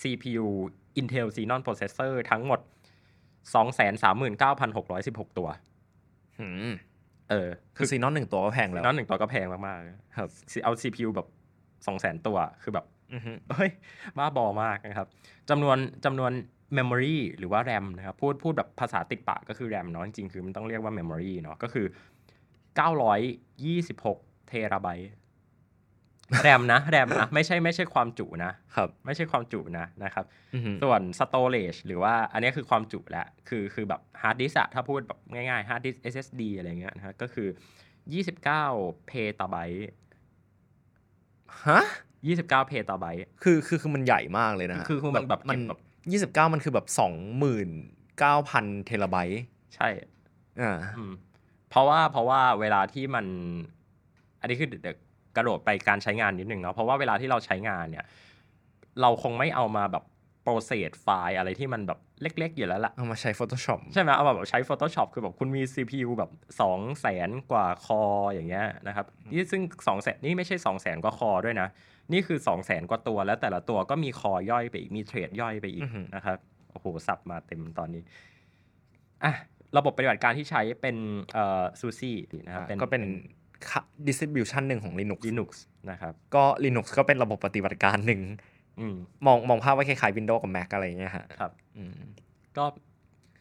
S3: CPU Intel Xenon Processor ทั้งหมด 239,616 ตัว
S4: อืม
S3: เออ
S4: คือซีนอนหนึ่งตัวก็แพงแล้ว
S3: นอนหนึ่งตัวก็แพงมากๆ
S4: ครับ
S3: เอา CPU แบบสองแสนตัว คือแบบ
S4: อือฮึ
S3: เฮ้ย บ้าบอมากนะครับจำนวนจำนวน Memory หรือว่า RAM นะครับ พูดพูดแบบภาษาติดปากก็คือ RAM เนาะจริงๆ คือมันต้องเรียกว่า Memory เนาะก็คือ 926 เทราไบต์ RAM นะ RAM นะ ไม่ใช่ไม่ใช่ความจุนะ
S4: ครับ
S3: ไม่ใช่ความจุนะนะครับ
S4: อือฮึ
S3: ส่วน storage หรือว่าอันนี้คือความจุแล้วคือคือแบบ hard disk อะถ้าพูดแบบง่ายๆ hard disk SSD อะไรเงี้ยนะฮะก็คือ 29 เพตาไบต์
S4: ฮะ
S3: 29 เพตาไบต์
S4: คือคือคือมันใหญ่มากเลยนะฮะ
S3: คือคือมันแบบ
S4: มัน
S3: แบบ
S4: ยี่สิบเก้ามันคือแบบสองหมื่นเก้าพันเทราไบต์
S3: ใช่
S4: อ่า
S3: อืมเพราะว่าเพราะว่าเวลาที่มัน อันนี้คือเดี๋ยวกระโดดไปการใช้งานนิดนึงเนาะเพราะว่าเวลาที่เราใช้งานเนี่ย เราคงไม่เอามาแบบโป เซสไฟล์อะไรที่มันแบบเล็ก ๆ อยู่แล้วล่ะ
S4: เอามาใช้ Photoshop
S3: ใช่ไหมเอามาแบบใช้ Photoshop คือแบบคุณมี CPU แบบ 2 0 0แสนกว่าคออย่างเงี้ยนะครับนี่ซึ่ง2 0 0แสนนี่ไม่ใช่ 2 0 0แสนกว่าคอด้วยนะ นี่คือ 2 0 0แสนกว่าตัว แล้วแต่ละตัวก็มีคอย่อยไปอีก มีเทรดย่อยไปอี
S4: อื
S3: ก
S4: อหือ
S3: นะครับ โอ้โห สับมาเต็มตอนนี้อ่ะระบบปฏิบัติการที่ใช้เป็นเอ่อซูซี่นะครับ
S4: ก็เป็น distribution หนึ่งของ Linux
S3: เป็น Linux นะครับ
S4: ก็ Linux ก็เป็นระบบปฏิบัติการหนึ่ง
S3: อืม
S4: มองมองภาพไว้คล้ายๆ Windows กับ Mac อะไรอย่างเงี้ยฮะ
S3: ครับ
S4: อืม
S3: ก็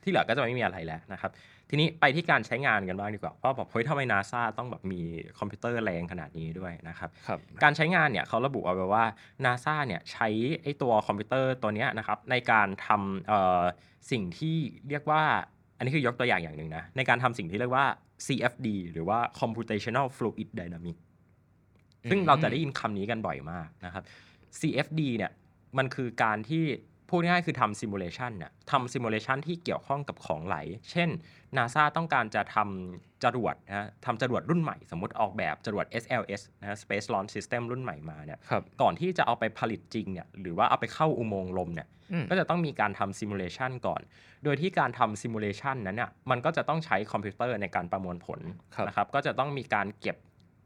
S3: ที่เหลือก็จะไม่มีอะไรแล้วนะครับ ทีนี้ไปที่การใช้งานกันบ้างดีกว่าว่าแบบเฮ้ยทำไมนาซาต้องแบบมีคอมพิวเตอร์แรงขนาดนี้ด้วยนะครับ
S4: ครับ
S3: การใช้งานเนี่ยเขาระบุเอาไว้ว่า NASA เนี่ยใช้ไอ้ตัวคอมพิวเตอร์ตัวเนี้ยนะครับในการทำเอ่อสิ่งที่เรียกว่า อันนี้คือยกตัวอย่างอย่างหนึ่งนะ ในการทำสิ่งที่เรียกว่า CFD หรือว่า Computational Fluid Dynamics ซึ่งเราจะได้ยินคำนี้กันบ่อยมากนะครับ CFD เนี่ยมันคือการที่พูดง่ายๆคือทำซิมูเลชันน่ะทำซิมูเลชันที่เกี่ยวข้องกับของไหล เช่น NASA ต้องการจะทำจรวดนะฮะทำจรวดรุ่นใหม่ สมมติออกแบบจรวด SLS นะฮะ Space Launch System รุ่นใหม่มาเนี่ย
S4: ครับ
S3: ก่อนที่จะเอาไปผลิตจริงเนี่ยหรือว่าเอาไปเข้าอุโมงค์ลมเนี่ย
S4: อืม
S3: ก็จะต้องมีการทำซิมูเลชันก่อน โดยที่การทำซิมูเลชันนั้นน่ะมันก็จะต้องใช้คอมพิวเตอร์ในการประมวลผล
S4: ครับ
S3: นะครับก็จะต้องมีการเก็บ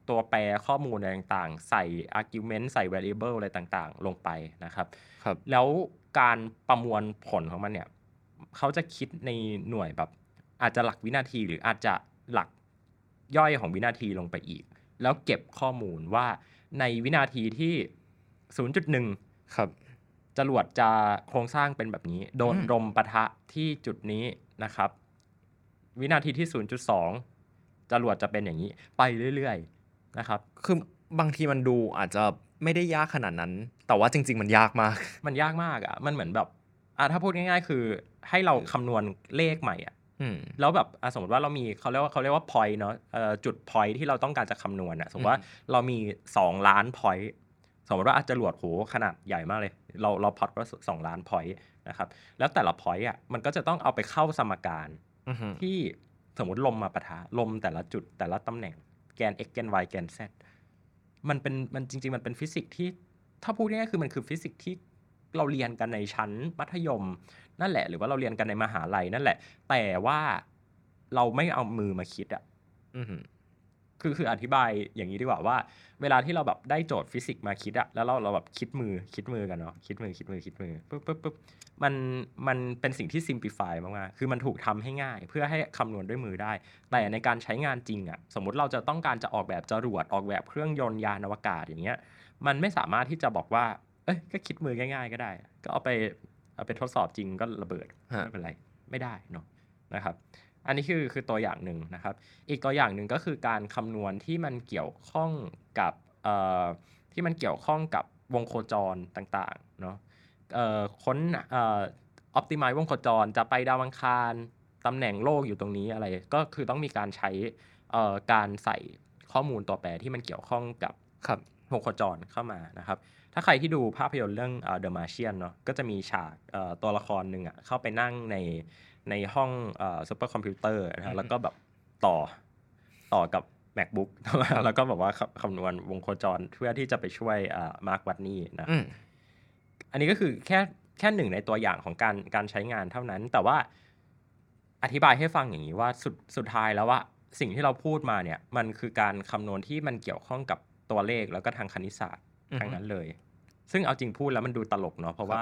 S3: ตัวแปรข้อมูลอะไรต่างๆ ใส่ argument ใส่ variable อะไรต่างๆ ลงไปนะครับ
S4: ครับ
S3: แล้วการประมวลผลของมันเนี่ยเขาจะคิดในหน่วยแบบอาจจะหลักวินาทีหรืออาจจะหลักย่อยของวินาทีลงไปอีก แล้วเก็บข้อมูลว่าในวินาทีที่ 0.1
S4: ครับ
S3: จรวดจะโครงสร้างเป็นแบบนี้ โดน
S4: อืม
S3: ลมปะทะที่จุดนี้นะครับ วินาทีที่ 0.2 จรวดจะเป็นอย่างนี้ ไปเรื่อยๆนะครับ
S4: คือบางทีมันดูอาจจะไม่ได้ยากขนาดนั้น แต่ว่าจริง ๆ มันยากมาก
S3: มันยากมากอะ่ะ มันเหมือนแบบอ่ะถ้าพูดง่ายๆ คือให้เราคำนวณเลขใหม่อ่ะ
S4: อืม
S3: แล้วแบบอ่ะสมมติว่าเรามีเขาเรียกว่าเขาเรียกว่า point เนาะเอ่อจุด point ที่เราต้องการจะคำนวณอะสมมติว่าเรามี 2 ล้าน point สมมติว่าอาจจะหลวดโหขนาดใหญ่มากเลย เราเราพอดว่าสองล้าน point นะครับ แล้วแต่ละ point อะมันก็จะต้องเอาไปเข้าสมการ
S4: อือฮึ
S3: ที่สมมติลมมาปะทะ ลมแต่ละจุดแต่ละตำแหน่งแกน x แกน y แกน z มันเป็นมันจริง ๆ มันเป็นฟิสิกส์ที่ ถ้าพูดง่ายๆคือมันคือฟิสิกส์ที่เราเรียนกันในชั้นมัธยม นั่นแหละ หรือว่าเราเรียนกันในมหาลัยนั่นแหละ แต่ว่าเราไม่เอามือมาคิดอะ
S4: อือฮึ
S3: คือคืออธิบายอย่างนี้ดีกว่าว่า เวลาที่เราแบบได้โจทย์ฟิสิกส์มาคิดอะแล้วเราเราแบบคิดมือคิดมือกันเนาะคิดมือคิดมือคิดมือปุ๊บปุ๊บปุ๊บมันมันเป็นสิ่งที่ซิมพลิฟายมากๆคือมันถูกทำให้ง่าย เพื่อให้คำนวณด้วยมือได้ แต่ในการใช้งานจริงอะสมมติเราจะต้องการจะออกแบบจรวดออกแบบเครื่องยนต์ยานอวกาศอย่างเงี้ย มันไม่สามารถที่จะบอกว่า เอ้ย ก็คิดมือง่าย ๆ ก็ได้ ก็เอาไปเอาไปทดสอบจริงก็ระเบิด
S4: ฮะ
S3: ไม่เป็นไร ไม่ได้เนาะนะครับ อันนี้คือคือตัวอย่างหนึ่งนะครับ อีกตัวอย่างหนึ่งก็คือการคำนวณที่มันเกี่ยวข้องกับเอ่อที่มันเกี่ยวข้องกับวงโคจรต่างๆเนาะเอ่อค้นเออ p t i m i z e วงโคจรจะไปดาวอังคารตำแหน่งโลกอยู่ตรงนี้อะไร ก็คือต้องมีการใช้เอ่อการใส่ข้อมูลตัวแปรที่มันเกี่ยวข้องกับ
S4: ครับ
S3: วงโคจรเข้ามานะครับ ถ้าใครที่ดูภาพยนตร์เรื่องเดอะมาเชียนเนาะ ก็จะมีฉากเอ่อตัวละครหนึ่งอะเข้าไปนั่งในในห้องซูเปอร์คอมพิวเตอร์นะ
S4: อื
S3: ฮะ
S4: ม
S3: แล้วก็แบบต่อต่อกับ macbook แล้วก็แบบว่าคำคำนวณวงโคจรเพื่อที่จะไปช่วยมาร์ควัตนี่นะ
S4: อืม
S3: อันนี้ก็คือแค่แค่หนึ่งในตัวอย่างของการการใช้งานเท่านั้น แต่ว่าอธิบายให้ฟังอย่างนี้ว่าสุดสุดท้ายแล้วว่าสิ่งที่เราพูดมาเนี่ยมันคือการคำนวณที่มันเกี่ยวข้องกับตัวเลขแล้วก็ทางคณิตศาสตร์
S4: อือฮึ
S3: ทั้งนั้นเลย ซึ่งเอาจริงพูดแล้วมันดูตลกเนาะเพราะว่า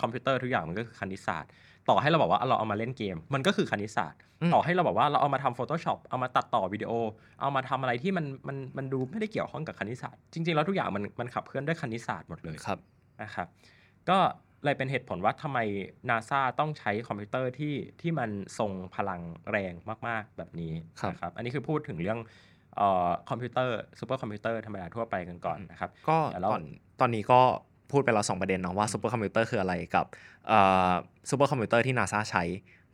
S3: คอมพิวเตอร์ทุกอย่างมันก็คือคณิตศาสตร์ ต่อให้เราบอกว่าเราเอามาเล่นเกม มันก็คือคณิตศาสตร์
S4: อืม
S3: ต่อให้เราบอกว่าเราเอามาทำ Photoshop เอามาตัดต่อวิดีโอ เอามาทำอะไรที่มันมันมันดูไม่ได้เกี่ยวข้องกับคณิตศาสตร์ จริงๆแล้วทุกอย่างมันมันขับเคลื่อนด้วยคณิตศาสตร์หมดเลย
S4: ครับ
S3: นะครับก็เลยเป็นเหตุผลว่าทำไม NASA ต้องใช้คอมพิวเตอร์ที่ที่มันทรงพลังแรงมาก ๆ แบบนี้
S4: ครับ
S3: นะครับ อันนี้คือพูดถึงเรื่องเอ่อคอมพิวเตอร์ซูเปอร์คอมพิวเตอร์ธรรมดาทั่วไปกันก่อนนะครับ
S4: ก็
S3: เดี๋ยว
S4: ต
S3: เรา
S4: อนตอนนี้ก็พูดไปแล้วสองประเด็นเนาะว่าซูเปอร์คอมพิวเตอร์คืออะไรกับเอ่อซูเปอร์คอมพิวเตอร์ที่นาซาใช้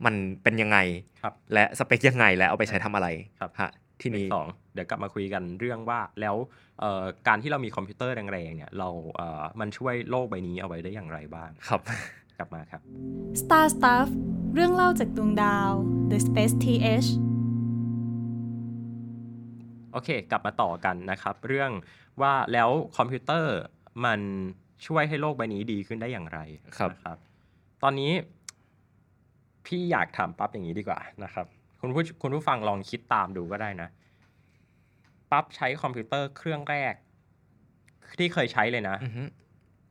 S4: มันเป็นยังไง
S3: ครับ
S4: และสเปคยังไงและเอาไปใช้ทำอะไร
S3: ครับ
S4: ฮะทีนี้
S3: สองเดี๋ยวกลับมาคุยกันเรื่องว่าแล้วเอ่อการที่เรามีคอมพิวเตอร์แรงๆเนี่ยเราเอ่อมันช่วยโลกใบนี้เอาไว้ได้อย่างไรบ้าง
S4: ครับ
S3: กลับมาครับ
S2: Star Stuff เรื่องเล่าจากดวงดาว The Space TH
S3: โอเค กลับมาต่อกันนะครับ เรื่องว่าแล้วคอมพิวเตอร์มันช่วยให้โลกใบนี้ดีขึ้นได้อย่างไร
S4: ครับ
S3: นะครับ ตอนนี้พี่อยากถามปั๊บอย่างนี้ดีกว่านะครับ คุณผู้คุณผู้ฟังลองคิดตามดูก็ได้นะ ปั๊บใช้คอมพิวเตอร์เครื่องแรก ที่เคยใช้เลยนะ
S4: อือฮึ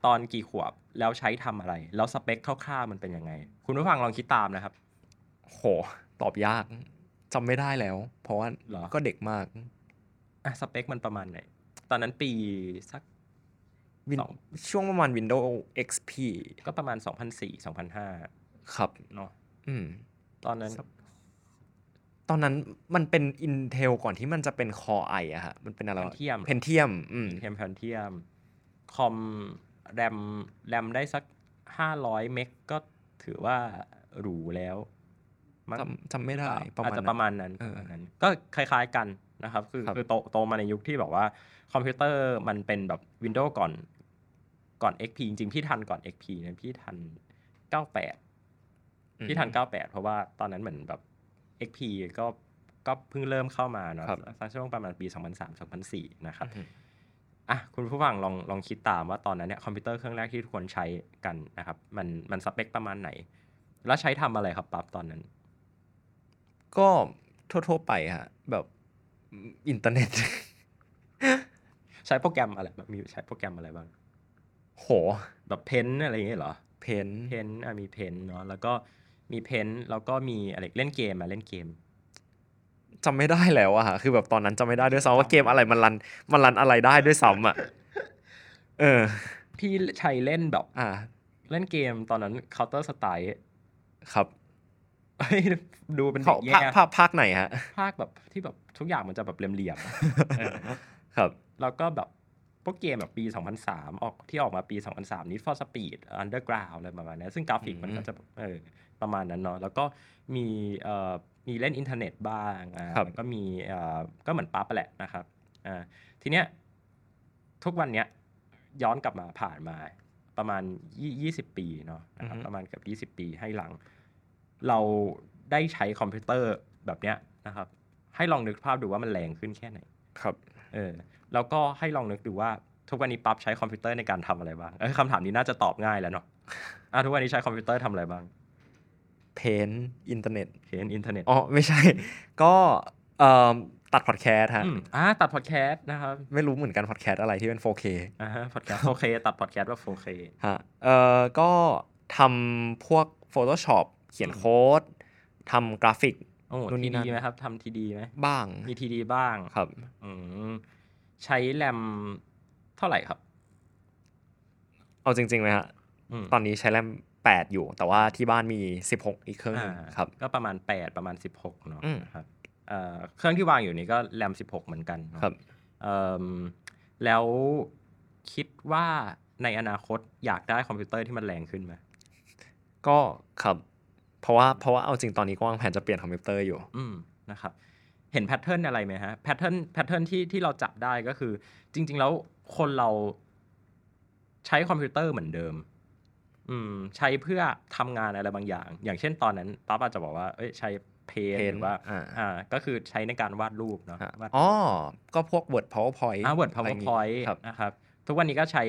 S3: ตอนกี่ขวบแล้วใช้ทำอะไร แล้วสเปคคร่าวๆมันเป็นยังไง คุณผู้ฟังลองคิดตามนะครับ
S4: โห ตอบยากจำไม่ได้แล้ว เพราะว่า
S3: เหรอ
S4: ก็เด็กมาก
S3: อ่ะสเปคมันประมาณไหน ตอนนั้นปีสัก
S4: Win-
S3: สอง
S4: ช่วงประมาณ Windows XP
S3: ก็ประมาณ 2004 2005
S4: ครับ
S3: เนาะ
S4: อืม
S3: ตอนนั้น
S4: ตอนนั้นมันเป็น Intel ก่อนที่มันจะเป็น Core i อะฮะ มันเป็นอะไร
S3: Pentium
S4: เพนเทียมอืม
S3: เทมเพนเทียมคอมแรมแรมได้สัก 500 เมกก็ถือว่าหรูแล้วมั้ง
S4: จำจำไม่ได้ประ
S3: อาจ
S4: มาณ
S3: จะ
S4: นั้
S3: ป
S4: น
S3: ระมาณนั้น
S4: เออ
S3: ประมาณนั้น ก็คล้ายๆกันนะครับ คือ
S4: ครับ
S3: คือโตโตมาในยุคที่แบบว่า คอมพิวเตอร์มันเป็นแบบ Windows ก่อนก่อน XP จริงๆ พี่ทันก่อน XP นะพี่ทัน 98
S4: อืม
S3: ที่ทัน 98 เพราะว่าตอนนั้นเหมือนแบบ XP ก็ก็เพิ่งเริ่มเข้ามาเนาะ
S4: ครับ
S3: สักช่วงประมาณปี 2003-2004 นะครับ
S4: อือฮึ
S3: อ่ะคุณผู้ฟังลองลองคิดตามว่าตอนนั้นเนี่ยคอมพิวเตอร์เครื่องแรกที่ทุกคนใช้กันนะครับ มันมันสเปคประมาณไหน แล้วใช้ทำอะไรครับปั๊บตอนนั้น
S4: ก็ทั่วๆไปฮะ แบบอินเทอร์เน็ต
S3: ใช้โปรแกรมอะไรแบบมีใช้โปรแกรมอะไรบ้าง
S4: โห
S3: แบบเพนอะไรอย่างเงี้ยเหรอ
S4: เพน
S3: เพนอ่ะมีเพนเนาะแล้วก็มีเพนแล้วก็มีอะไรเล่นเกมอะเล่นเกม
S4: จำไม่ได้แล้วอะฮะ คือแบบตอนนั้นจำไม่ได้ด้วยซ้ำว่าเกมอะไรมันรัน มันรันอะไรได้ด้วยซ้ำอะเออ
S3: พี่ใช้เล่นแบบ
S4: อ่า
S3: เล่นเกมตอนนั้น Counter Strike
S4: ครับ
S3: เอ้ยดูเป็น
S4: เขา
S3: เด็ก
S4: ภาค
S3: แย่
S4: ภาคภาคไหนฮะ
S3: ภาคแบบที่แบบทุกอย่างมันจะแบบเหลี่ยมๆ อะเออ
S4: ครับ
S3: แล้วก็แบบพวกเกมแบบปี 2003 ออกที่ออกมาปี 2003 Need for Speed Underground อะไรประมาณเนี้ยซึ่งกราฟิกมัน
S4: อืม
S3: ก็จะแบบเออประมาณนั้นเนาะแล้วก็มีเอ่อมีเล่นอินเทอร์เน็ตบ้างอ่าแล้วก็มีเอ่อก็เหมือนปั๊บแหละนะครับอ่าทีเนี้ยทุกวันเนี้ยย้อนกลับมาผ่านมาประมาณ 20 ปีเนาะนะครับ
S4: อือฮึ
S3: ประมาณเกือบ20 ปีให้หลัง เราได้ใช้คอมพิวเตอร์แบบเนี้ยนะครับ ให้ลองนึกภาพดูว่ามันแรงขึ้นแค่ไหน
S4: ครับ
S3: เออ แล้วก็ให้ลองนึกดูว่าทุกวันนี้ปั๊บใช้คอมพิวเตอร์ในการทำอะไรบ้างเออคำถามนี้น่าจะตอบง่ายแล้วเนาะ อ่ะทุกวันนี้ใช้คอมพิวเตอร์ทำอะไรบ้าง
S4: เพนอินเทอร์เน็ต
S3: เห็นอินเทอร์เน็ต
S4: อ๋อ ไม่ใช่ ก็เอ่อตัดพอดแคสต์ฮะ
S3: อืมอ่าตัดพอดแคสต์นะครับ
S4: ไม่รู้เหมือนกันพอดแคสต์อะไรที่เป็น 4K
S3: อ่าพอดแคสต์โอเคตัดพอดแคสต์ว่า 4K
S4: ฮะ เอ่อ ก็ทำพวก Photoshop เขียนโค้ดทำกราฟิก
S3: โอ้
S4: นู่นนี่
S3: ที
S4: นั่
S3: ดี
S4: น
S3: ไหมครับทำทีดีไหม
S4: บ้าง
S3: มีทีดีบ้าง
S4: ครับ
S3: อืมใช้แรมเท่าไหร่ครับ
S4: เอาจริงๆไหมฮะ
S3: อืม
S4: ตอนนี้ใช้แรม8 อยู่ แต่ว่าที่บ้านมี 16 อีกเครื่องหนึง
S3: า
S4: ครับ
S3: ก็ประมาณ 8 ประมาณ 16เนาะ
S4: อืม
S3: นะครับเอ่อเครื่องที่วางอยู่นี้ก็แรม 16 เหมือนกันเนอะ
S4: ครับ
S3: เอิ่มแล้วคิดว่าในอนาคตอยากได้คอมพิวเตอร์ที่มันแรงขึ้นไหม
S4: ก็ครับ เพราะว่าเพราะว่าเอาจริงตอนนี้ก็วางแผนจะเปลี่ยนคอมพิวเตอร์อยู่
S3: อืมนะครับ เห็นแพทเทิร์นอะไรไหมฮะแพทเทิร์นแพทเทิร์นที่ที่เราจับได้ก็คือ จริง ๆ แล้วคนเราใช้คอมพิวเตอร์เหมือนเดิม อืม ใช้เพื่อทำงานอะไรบางอย่าง อย่างเช่นตอนนั้นป๊าอาจจะบอกว่าเอ้ยใช้เพนห
S4: Paint
S3: รือว่า
S4: อ่า
S3: อ่า ก็คือใช้ในการวาดรูปเนาะ
S4: ฮะ
S3: วาด
S4: อ๋อ ก็พวก Word PowerPoint
S3: อ่า Word
S4: ะไรย่างงี้
S3: PowerPoint
S4: ครับ
S3: นะครับ ทุกวันนี้ก็ใช้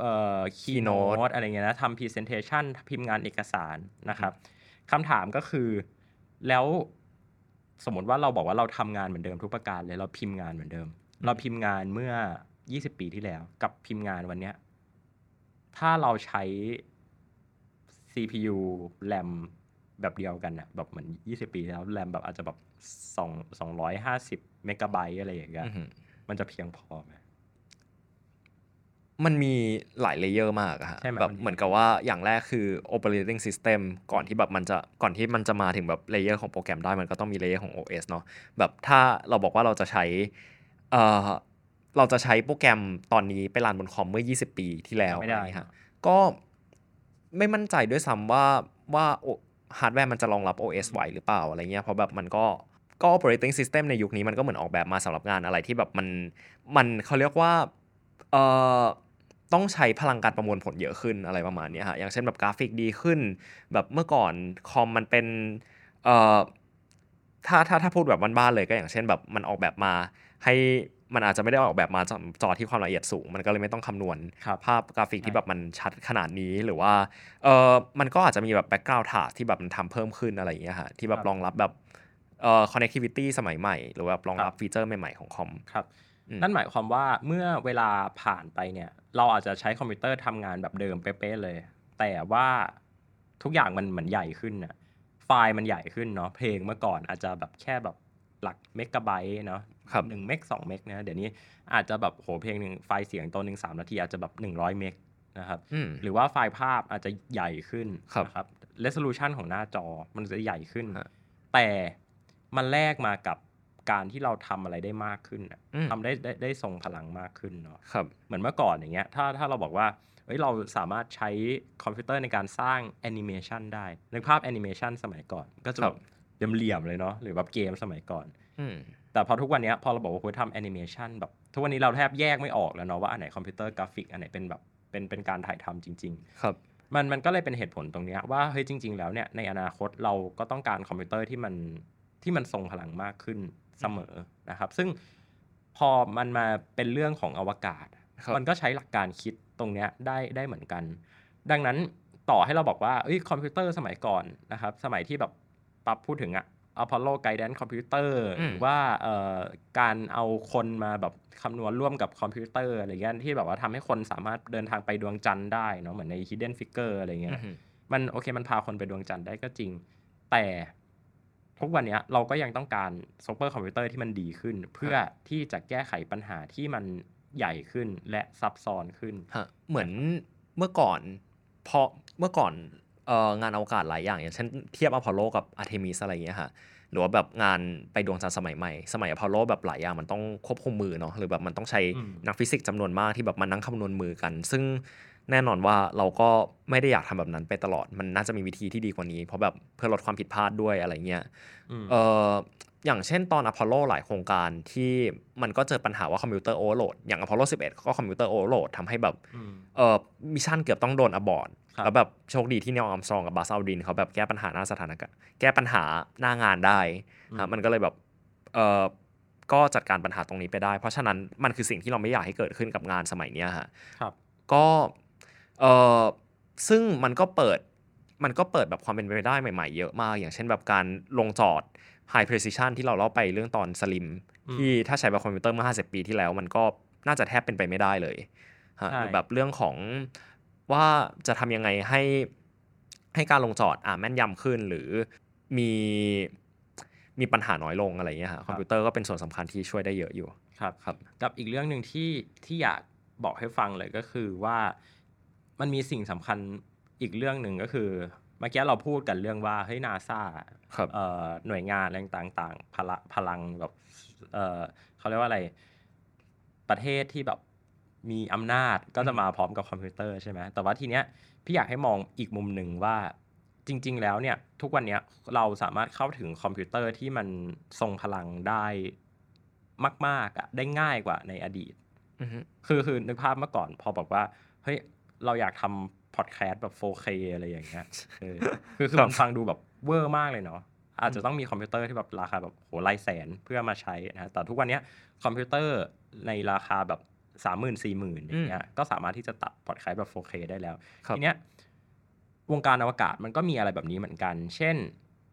S3: เอ่อ
S4: Keynote
S3: Keynote อะไรเงี้ยนะทำ Presentation พิมพ์งานเอกสารนะครับคำถามก็คือแล้วสมมติว่าเราบอกว่าเราทำงานเหมือนเดิมทุกประการเลยเราพิมพ์งานเหมือนเดิม เราพิมพ์งานเมื่อ 20 ปีที่แล้ว กับพิมพ์งานวันเนี้ยถ้าเราใช้ CPU RAM แบบเดียวกันน่ะแบบเหมือน 20 ปีที่แล้ว RAM แบบอาจจะแบบ2 250เมกะไบต์อะไรอย่างเงี้ย
S4: อือหือ
S3: มันจะเพียงพอไหม
S4: มันมีหลายเลเยอร์มากอะฮะ
S3: ใช่ไหม
S4: แบบ
S3: มันมี
S4: เหมือนกับว่าอย่างแรกคือ operating system ก่อนที่แบบมันจะก่อนที่มันจะมาถึงแบบเลเยอร์ของโปรแกรมได้มันก็ต้องมีเลเยอร์ของ OS เนาะแบบถ้าเราบอกว่าเราจะใช้เอ่อเราจะใช้โปรแกรมตอนนี้ไปรันบนคอมเมื่อ 20 ปีที่แล้ว
S3: ไม่ได้
S4: อะรอย่างเงี้ยฮะ ก็ไม่มั่นใจด้วยซ้ำว่าว่าฮาร์ดแวร์มันจะรองรับ OS ไหวหรือเปล่าอะไรเงี้ยเพราะแบบมันก็ก็ operating system ในยุคนี้มันก็เหมือนออกแบบมาสำหรับงานอะไรที่แบบมันมันเขาเรียกว่าเอ่อต้องใช้พลังการประมวลผลเยอะขึ้นอะไรประมาณเนี้ยฮะอย่างเช่นแบบกราฟิกดีขึ้น แบบเมื่อก่อนคอมมันเป็นเอ่อถ้าถ้าถ้าพูดแบบบ้านๆเลยก็อย่างเช่นแบบมันออกแบบมาให้ มันอาจจะไม่ได้ออกแบบมาจากจอที่ความละเอียดสูง มันก็เลยไม่ต้องคำนวณ
S3: ครับ
S4: ภาพกราฟิกที่
S3: ใช่
S4: แบบมันชัดขนาดนี้หรือว่าเออมันก็อาจจะมีแบบแบ็กกราวด์ถาที่แบบมันทำเพิ่มขึ้นอะไรอย่างเงี้ยฮะที่แบบรองรับแบบเอ่อ connectivity สมัยใหม่ หรือแบบรองรับฟีเจอร์ใหม่ๆของคอม
S3: ครับ
S4: อืม
S3: นั่นหมายความว่าเมื่อเวลาผ่านไปเนี่ย เราอาจจะใช้คอมพิวเตอร์ทำงานแบบเดิมเป๊ะๆเลย แต่ว่าทุกอย่างมันเหมือนใหญ่ขึ้นนะไฟล์มันใหญ่ขึ้นเนาะเพลงเมื่อก่อนอาจจะแบบแค่แบบหลักเมกะไบต์เนาะ
S4: ครับ
S3: หนึ่งเมกสองเมกนะเดี๋ยวนี้อาจจะแบบโหเพลงหนึ่งไฟล์เสียงตัวหนึ่งสามนาทีอาจจะแบบหนึ่งร้อยเมกนะครับ
S4: อืม
S3: หรือว่าไฟล์ภาพอาจจะใหญ่ขึ้น
S4: ครับ
S3: นะครับ resolution ของหน้าจอมันจะใหญ่ขึ้น
S4: ฮะ
S3: แต่มันแลกมากับการที่เราทำอะไรได้มากขึ้นน่ะ
S4: อืม
S3: ทำได้ได้ได้ทรงพลังมากขึ้นเนาะ
S4: ครับ
S3: เหมือนเมื่อก่อนอย่างเงี้ย ถ้าถ้าเราบอกว่าเฮ้ยเราสามารถใช้คอมพิวเตอร์ในการสร้างแอนิเมชันได้ นึกภาพแอนิเมชันสมัยก่อน ก็จะ
S4: ค
S3: แบ
S4: รั
S3: บบ เหลี่ยมๆเลยเนาะ หรือแบบเกมสมัยก่อน
S4: อืม
S3: แต่พอทุกวันเนี้ยพอเราบอกว่าคุยทำแอนิเมชันแบบทุกวันนี้เราแทบแยกไม่ออกแล้วเนาะว่าอันไหนคอมพิวเตอร์กราฟิกอันไหนเป็นแบบเป็นเป็นการถ่ายทำจริง ๆ
S4: ครับ
S3: มันมันก็เลยเป็นเหตุผลตรงเนี้ยว่าเฮ้ยจริง ๆ แล้วเนี่ยในอนาคตเราก็ต้องการคอมพิวเตอร์ที่มันที่มันทรงพลังมากขึ้นเสมอนะครับ ซึ่งพอมันมาเป็นเรื่องของอวกาศ
S4: ครับ
S3: มันก็ใช้หลักการคิดตรงเนี้ยได้ได้เหมือนกัน ดังนั้นต่อให้เราบอกว่าเอ้ยคอมพิวเตอร์สมัยก่อนนะครับ สมัยที่แบบปับพูดถึงอะอพอลโลไกด์แดนคอมพิวเตอร์
S4: อืม
S3: ว่าเอ่อการเอาคนมาแบบคำนวณร่วมกับคอมพิวเตอร์อะไรเงี้ยที่แบบว่าทำให้คนสามารถเดินทางไปดวงจันทร์ได้เนาะเหมือนใน Hidden Figure อะไรเงี้ย
S4: อืม
S3: มันโอเคมันพาคนไปดวงจันทร์ได้ก็จริง แต่ทุกวันเนี้ยเราก็ยังต้องการซุปเปอร์คอมพิวเตอร์ที่มันดีขึ้น เพื่อที่จะแก้ไขปัญหาที่มันใหญ่ขึ้นและซับซ้อนขึ้น
S4: ฮะเหมือนเมื่อก่อนพอเมื่อก่อนเอ่องานอวกาศหลายอย่าง อย่างเช่นเทียบอพอลโลกับอาร์เทมิสอะไรอย่างเงี้ยค่ะหรือว่าแบบงานไปดวงจันทร์สมัยใหม่ สมัยอพอลโลแบบหลายอย่างมันต้องควบคุมมือเนาะหรือแบบมันต้องใช้
S3: อืม
S4: นักฟิสิกส์จำนวนมากที่แบบมานั่งคำนวณมือกัน ซึ่งแน่นอนว่าเราก็ไม่ได้อยากทำแบบนั้นไปตลอด มันน่าจะมีวิธีที่ดีกว่านี้ เพราะแบบเพื่อลดความผิดพลาดด้วยอะไรเงี้ย
S3: ม
S4: เอ่ออย่างเช่นตอนอพอลโลหลายโครงการที่มันก็เจอปัญหาว่าคอมพิวเตอร์โอเวอร์โหลดอย่างอพอลโล11 ก็คอมพิวเตอร์โอเวอร์โหลดทำให้แบบ
S3: อืม
S4: เออมิชชั่นเกือบต้องโดนอบอร์ด
S3: ครับ
S4: แล้วแบบโชคดีที่เนลอัมซองกับบาซาลดินเขาแบบแก้ปัญหาหน้าสถานการณ์แก้ปัญหาหน้างานได้ฮะมันก็เลยแบบเออก็จัดการปัญหาตรงนี้ไปได้ เพราะฉะนั้นมันคือสิ่งที่เราไม่อยากให้เกิดขึ้นกับงานสมัยเนี้ยฮะ
S3: ครับ
S4: ก็เออซึ่งมันก็เปิดมันก็เปิดแบบความเป็นไปได้ใหม่ๆ เยอะมาก อย่างเช่นแบบการลงจอด High Precision ที่เราเล่าไปเรื่องตอนสลิม
S3: อืม
S4: ที่ถ้าใช้แบบคอมพิวเตอร์เมื่อ 50 ปีที่แล้ว มันก็น่าจะแทบเป็นไปไม่ได้เลยฮะ
S3: ใช่
S4: หรือแบบเรื่องของว่าจะทำยังไงให้ให้การลงจอดอ่ะแม่นยำขึ้นหรือมีมีปัญหาน้อยลงอะไรอย่างเงี้ยฮะคอมพิวเตอร์ก็เป็นส่วนสำคัญที่ช่วยได้เยอะอยู่
S3: ครับ
S4: ครับ
S3: กับอีกเรื่องหนึ่งที่ที่อยากบอกให้ฟังเลยก็คือว่ามันมีสิ่งสำคัญอีกเรื่องหนึ่งก็คือเมื่อกี้เราพูดกันเรื่องว่าเฮ้ยนาซา
S4: ครับ
S3: เอ่อหน่วยงานอะไรต่างๆพละพลังแบบเอ่อเขาเรียกว่าอะไร ประเทศที่แบบมีอำนาจก็จะมาพร้อมกับคอมพิวเตอร์ใช่ไหมแต่ว่าทีเนี้ยพี่อยากให้มองอีกมุมหนึ่งว่าจริง ๆ แล้วเนี่ยทุกวันเนี้ยเราสามารถเข้าถึงคอมพิวเตอร์ที่มันทรงพลังได้มากๆอะได้ง่ายกว่าในอดีต
S4: อือฮึ
S3: คือคือนึกภาพเมื่อก่อนพอบอกว่าเฮ้ยเราอยากทำพอดแคสต์แบบ 4K อะไรอย่างเงี้ยเออคือคือมันฟังดูแบบเวอร์มากเลยเนาะอาจจะต้องมีคอมพิวเตอร์ที่แบบราคาแบบโหหลายแสนเพื่อมาใช้นะฮะแต่ทุกวันเนี้ยคอมพิวเตอร์ในราคาแบบ 3 0 0 0 0 4 0 0 0 0อย่างเงี้ยก็สามารถที่จะตัดพอดแคสต์แบบ 4K ได้แล้ว
S4: ครับ
S3: ทีเนี้ยวงการอวกาศมันก็มีอะไรแบบนี้เหมือนกัน เช่น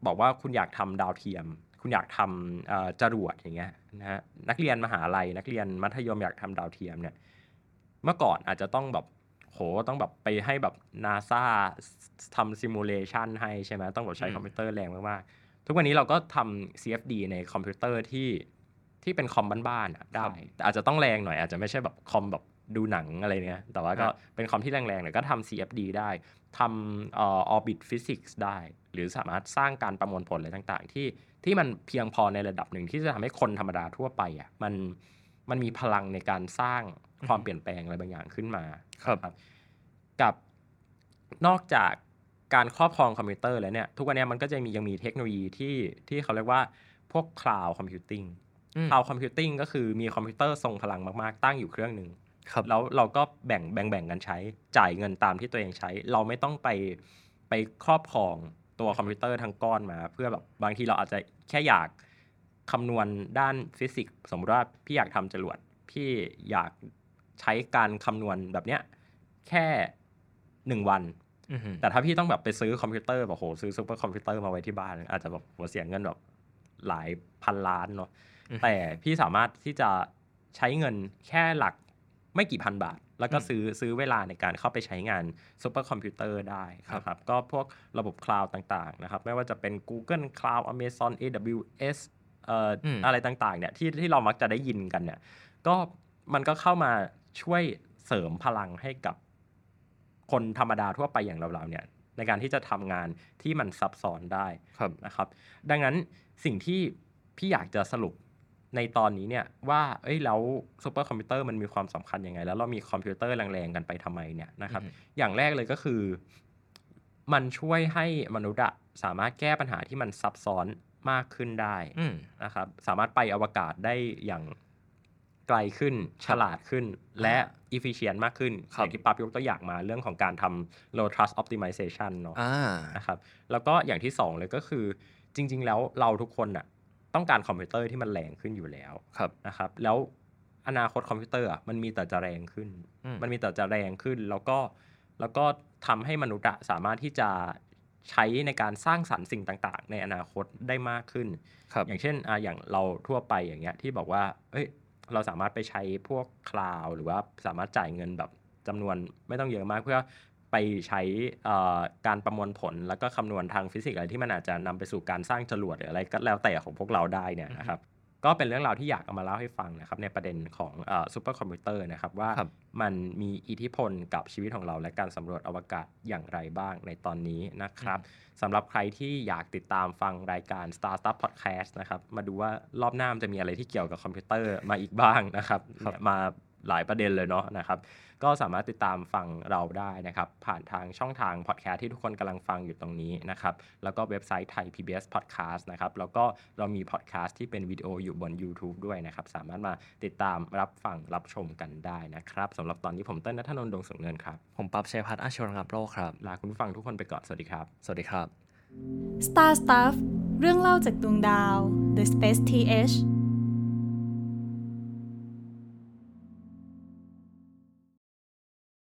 S3: บอกว่าคุณอยากทำดาวเทียม คุณอยากทำเอ่อจรวดอย่างเงี้ยนะฮะนักเรียนมหาลัย นักเรียนมัธยมอยากทำดาวเทียมเนี่ยเมื่อก่อนอาจจะต้องแบบโหต้องแบบไปให้แบบนาซาทำซิมูเลชันให้ใช่ไหมต้องแบบใช้
S4: อืม
S3: คอมพิวเตอร์แรงมากๆทุกวันนี้เราก็ทำ CFD ในคอมพิวเตอร์ที่ที่เป็นคอมบ้านๆอะได้ แต่อาจจะต้องแรงหน่อยอาจจะไม่ใช่แบบคอมแบบดูหนังอะไรเนี้ยแต่ว่าก็
S4: ฮะ
S3: เป็นคอมที่แรงๆหน่อยก็ทำ CFD ได้ทำเออ orbit physics ได้ หรือสามารถสร้างการประมวลผลอะไรต่างๆ ที่ที่มันเพียงพอในระดับหนึ่งที่จะทำให้คนธรรมดาทั่วไปอ่ะมันมันมีพลังในการสร้างความเปลี่ยนแปลงอะไรบางอย่างขึ้นมา
S4: ครับ
S3: กับนอกจากการครอบครองคอมพิวเตอร์แล้วเนี่ย ทุกวันเนี้ยมันก็จะมียังมีเทคโนโลยีที่ที่เขาเรียกว่าพวกคลาวด์คอมพิวติ้ง
S4: อืม
S3: คลาวด์คอมพิวติ้งก็คือมีคอมพิวเตอร์ทรงพลังมาก ๆ ตั้งอยู่เครื่องหนึ่ง
S4: ครับ
S3: แล้วเราก็แบ่งแบ่งแบ่งกันใช้ จ่ายเงินตามที่ตัวเองใช้ เราไม่ต้องไปไปครอบครองตัวคอมพิวเตอร์ทั้งก้อนมา เพื่อแบบบางทีเราอาจจะแค่อยากคำนวณด้านฟิสิกส์สมมติว่าพี่อยากทำจรวด พี่อยากใช้การคำนวณแบบเนี้ยแค่หนึ่งวัน
S4: อือหือ
S3: แต่ถ้าพี่ต้องแบบไปซื้อคอมพิวเตอร์แบบโหซื้อซูเปอร์คอมพิวเตอร์มาไว้ที่บ้าน อาจจะแบบหัวเสียเงินแบบหลายพันล้านเนาะแต่พี่สามารถที่จะใช้เงินแค่หลักไม่กี่พันบาท แล้วก็ซื้อซื้อเวลาในการเข้าไปใช้งานซูเปอร์คอมพิวเตอร์ได้นะครับ ก็พวกระบบคลาวด์ต่างๆนะครับ ไม่ว่าจะเป็น Google Cloud Amazon AWS เอ่ออ
S4: ม
S3: อะไรต่างๆเนี่ยที่ที่เรามักจะได้ยินกันเนี่ย ก็มันก็เข้ามาช่วยเสริมพลังให้กับคนธรรมดาทั่วไปอย่างเราๆเนี่ย ในการที่จะทำงานที่มันซับซ้อนได้
S4: ครับ
S3: นะครับ ดังนั้นสิ่งที่พี่อยากจะสรุปในตอนนี้เนี่ยว่าเอ้ยแล้วซูเปอร์คอมพิวเตอร์มันมีความสำคัญยังไง แล้วเรามีคอมพิวเตอร์แรงๆกันไปทำไมเนี่ยนะครับ
S4: อือฮึ
S3: อย่างแรกเลยก็คือ มันช่วยให้มนุษย์อะสามารถแก้ปัญหาที่มันซับซ้อนมากขึ้นได้
S4: อืม
S3: นะครับสามารถไปอวกาศได้อย่างไกลขึ้นฉลาดขึ้น และ efficient มากขึ้น
S4: ค
S3: อ
S4: รับ
S3: ย่างที่ปั๊บยกตัวอย่างมาเรื่องของการทำ low trust optimization เนาะ
S4: อ่า
S3: นะครับแล้วก็อย่างที่สองเลยก็คือจริง ๆ แล้วเราทุกคนน่ะต้องการคอมพิวเตอร์ที่มันแรงขึ้นอยู่แล้ว
S4: ครับ
S3: นะครับแล้วอนาคตคอมพิวเตอร์อะมันมีแต่จะแรงขึ้น
S4: อืม
S3: มันมีแต่จะแรงขึ้นแล้วก็แล้วก็ทำให้มนุษย์อะสามารถที่จะใช้ในการสร้างสรรค์สิ่งต่าง ๆ ในอนาคตได้มากขึ้น
S4: ครับ
S3: อย่างเช่นอ่ะอย่างเราทั่วไปอย่างเงี้ยที่บอกว่า เอ้ย เราสามารถไปใช้พวกคลาวหรือว่าสามารถจ่ายเงินแบบจำนวนไม่ต้องเยอะมากเพื่อไปใช้เอ่อการประมวลผลแล้วก็คำนวณทางฟิสิกส์อะไรที่มันอาจจะนำไปสู่การสร้างจรวดหรืออะไรก็แล้วแต่ของพวกเราได้เนี่ยนะครับ ก็เป็นเรื่องราวที่อยากเอามาเล่าให้ฟังนะครับ ในประเด็นของซูเปอร์คอมพิวเตอร์นะครับว่า
S4: ครับ
S3: มันมีอิทธิพลกับชีวิตของเราและการสำรวจอวกาศอย่างไรบ้างในตอนนี้นะครับ สำหรับใครที่อยากติดตามฟังรายการ Startup Podcast นะครับ มาดูว่ารอบหน้ามันจะมีอะไรที่เกี่ยวกับคอมพิวเตอร์มาอีกบ้างนะครับ
S4: ครับ
S3: มาหลายประเด็นเลยเนาะนะครับ ก็สามารถติดตามฟังเราได้นะครับ ผ่านทางช่องทางพอดแคสต์ที่ทุกคนกำลังฟังอยู่ตรงนี้นะครับ แล้วก็เว็บไซต์ไทย PBS Podcast นะครับ แล้วก็เรามีพอดแคสต์ที่เป็นวิดีโออยู่บน YouTube ด้วยนะครับ สามารถมาติดตามรับฟังรับชมกันได้นะครับสำหรับตอนนี้ผมเต้นนัทนนท์ดวงสงเนินครับ
S4: ผมปั๊บชัยพัฒน์อาชวรังรับโลกครับ
S3: ลาคุณผู้ฟังทุกคนไปก่อนสวัสดีครับ
S4: สวัสดีครับ
S2: Star Stuff เรื่องเล่าจากดวงดาว The Space TH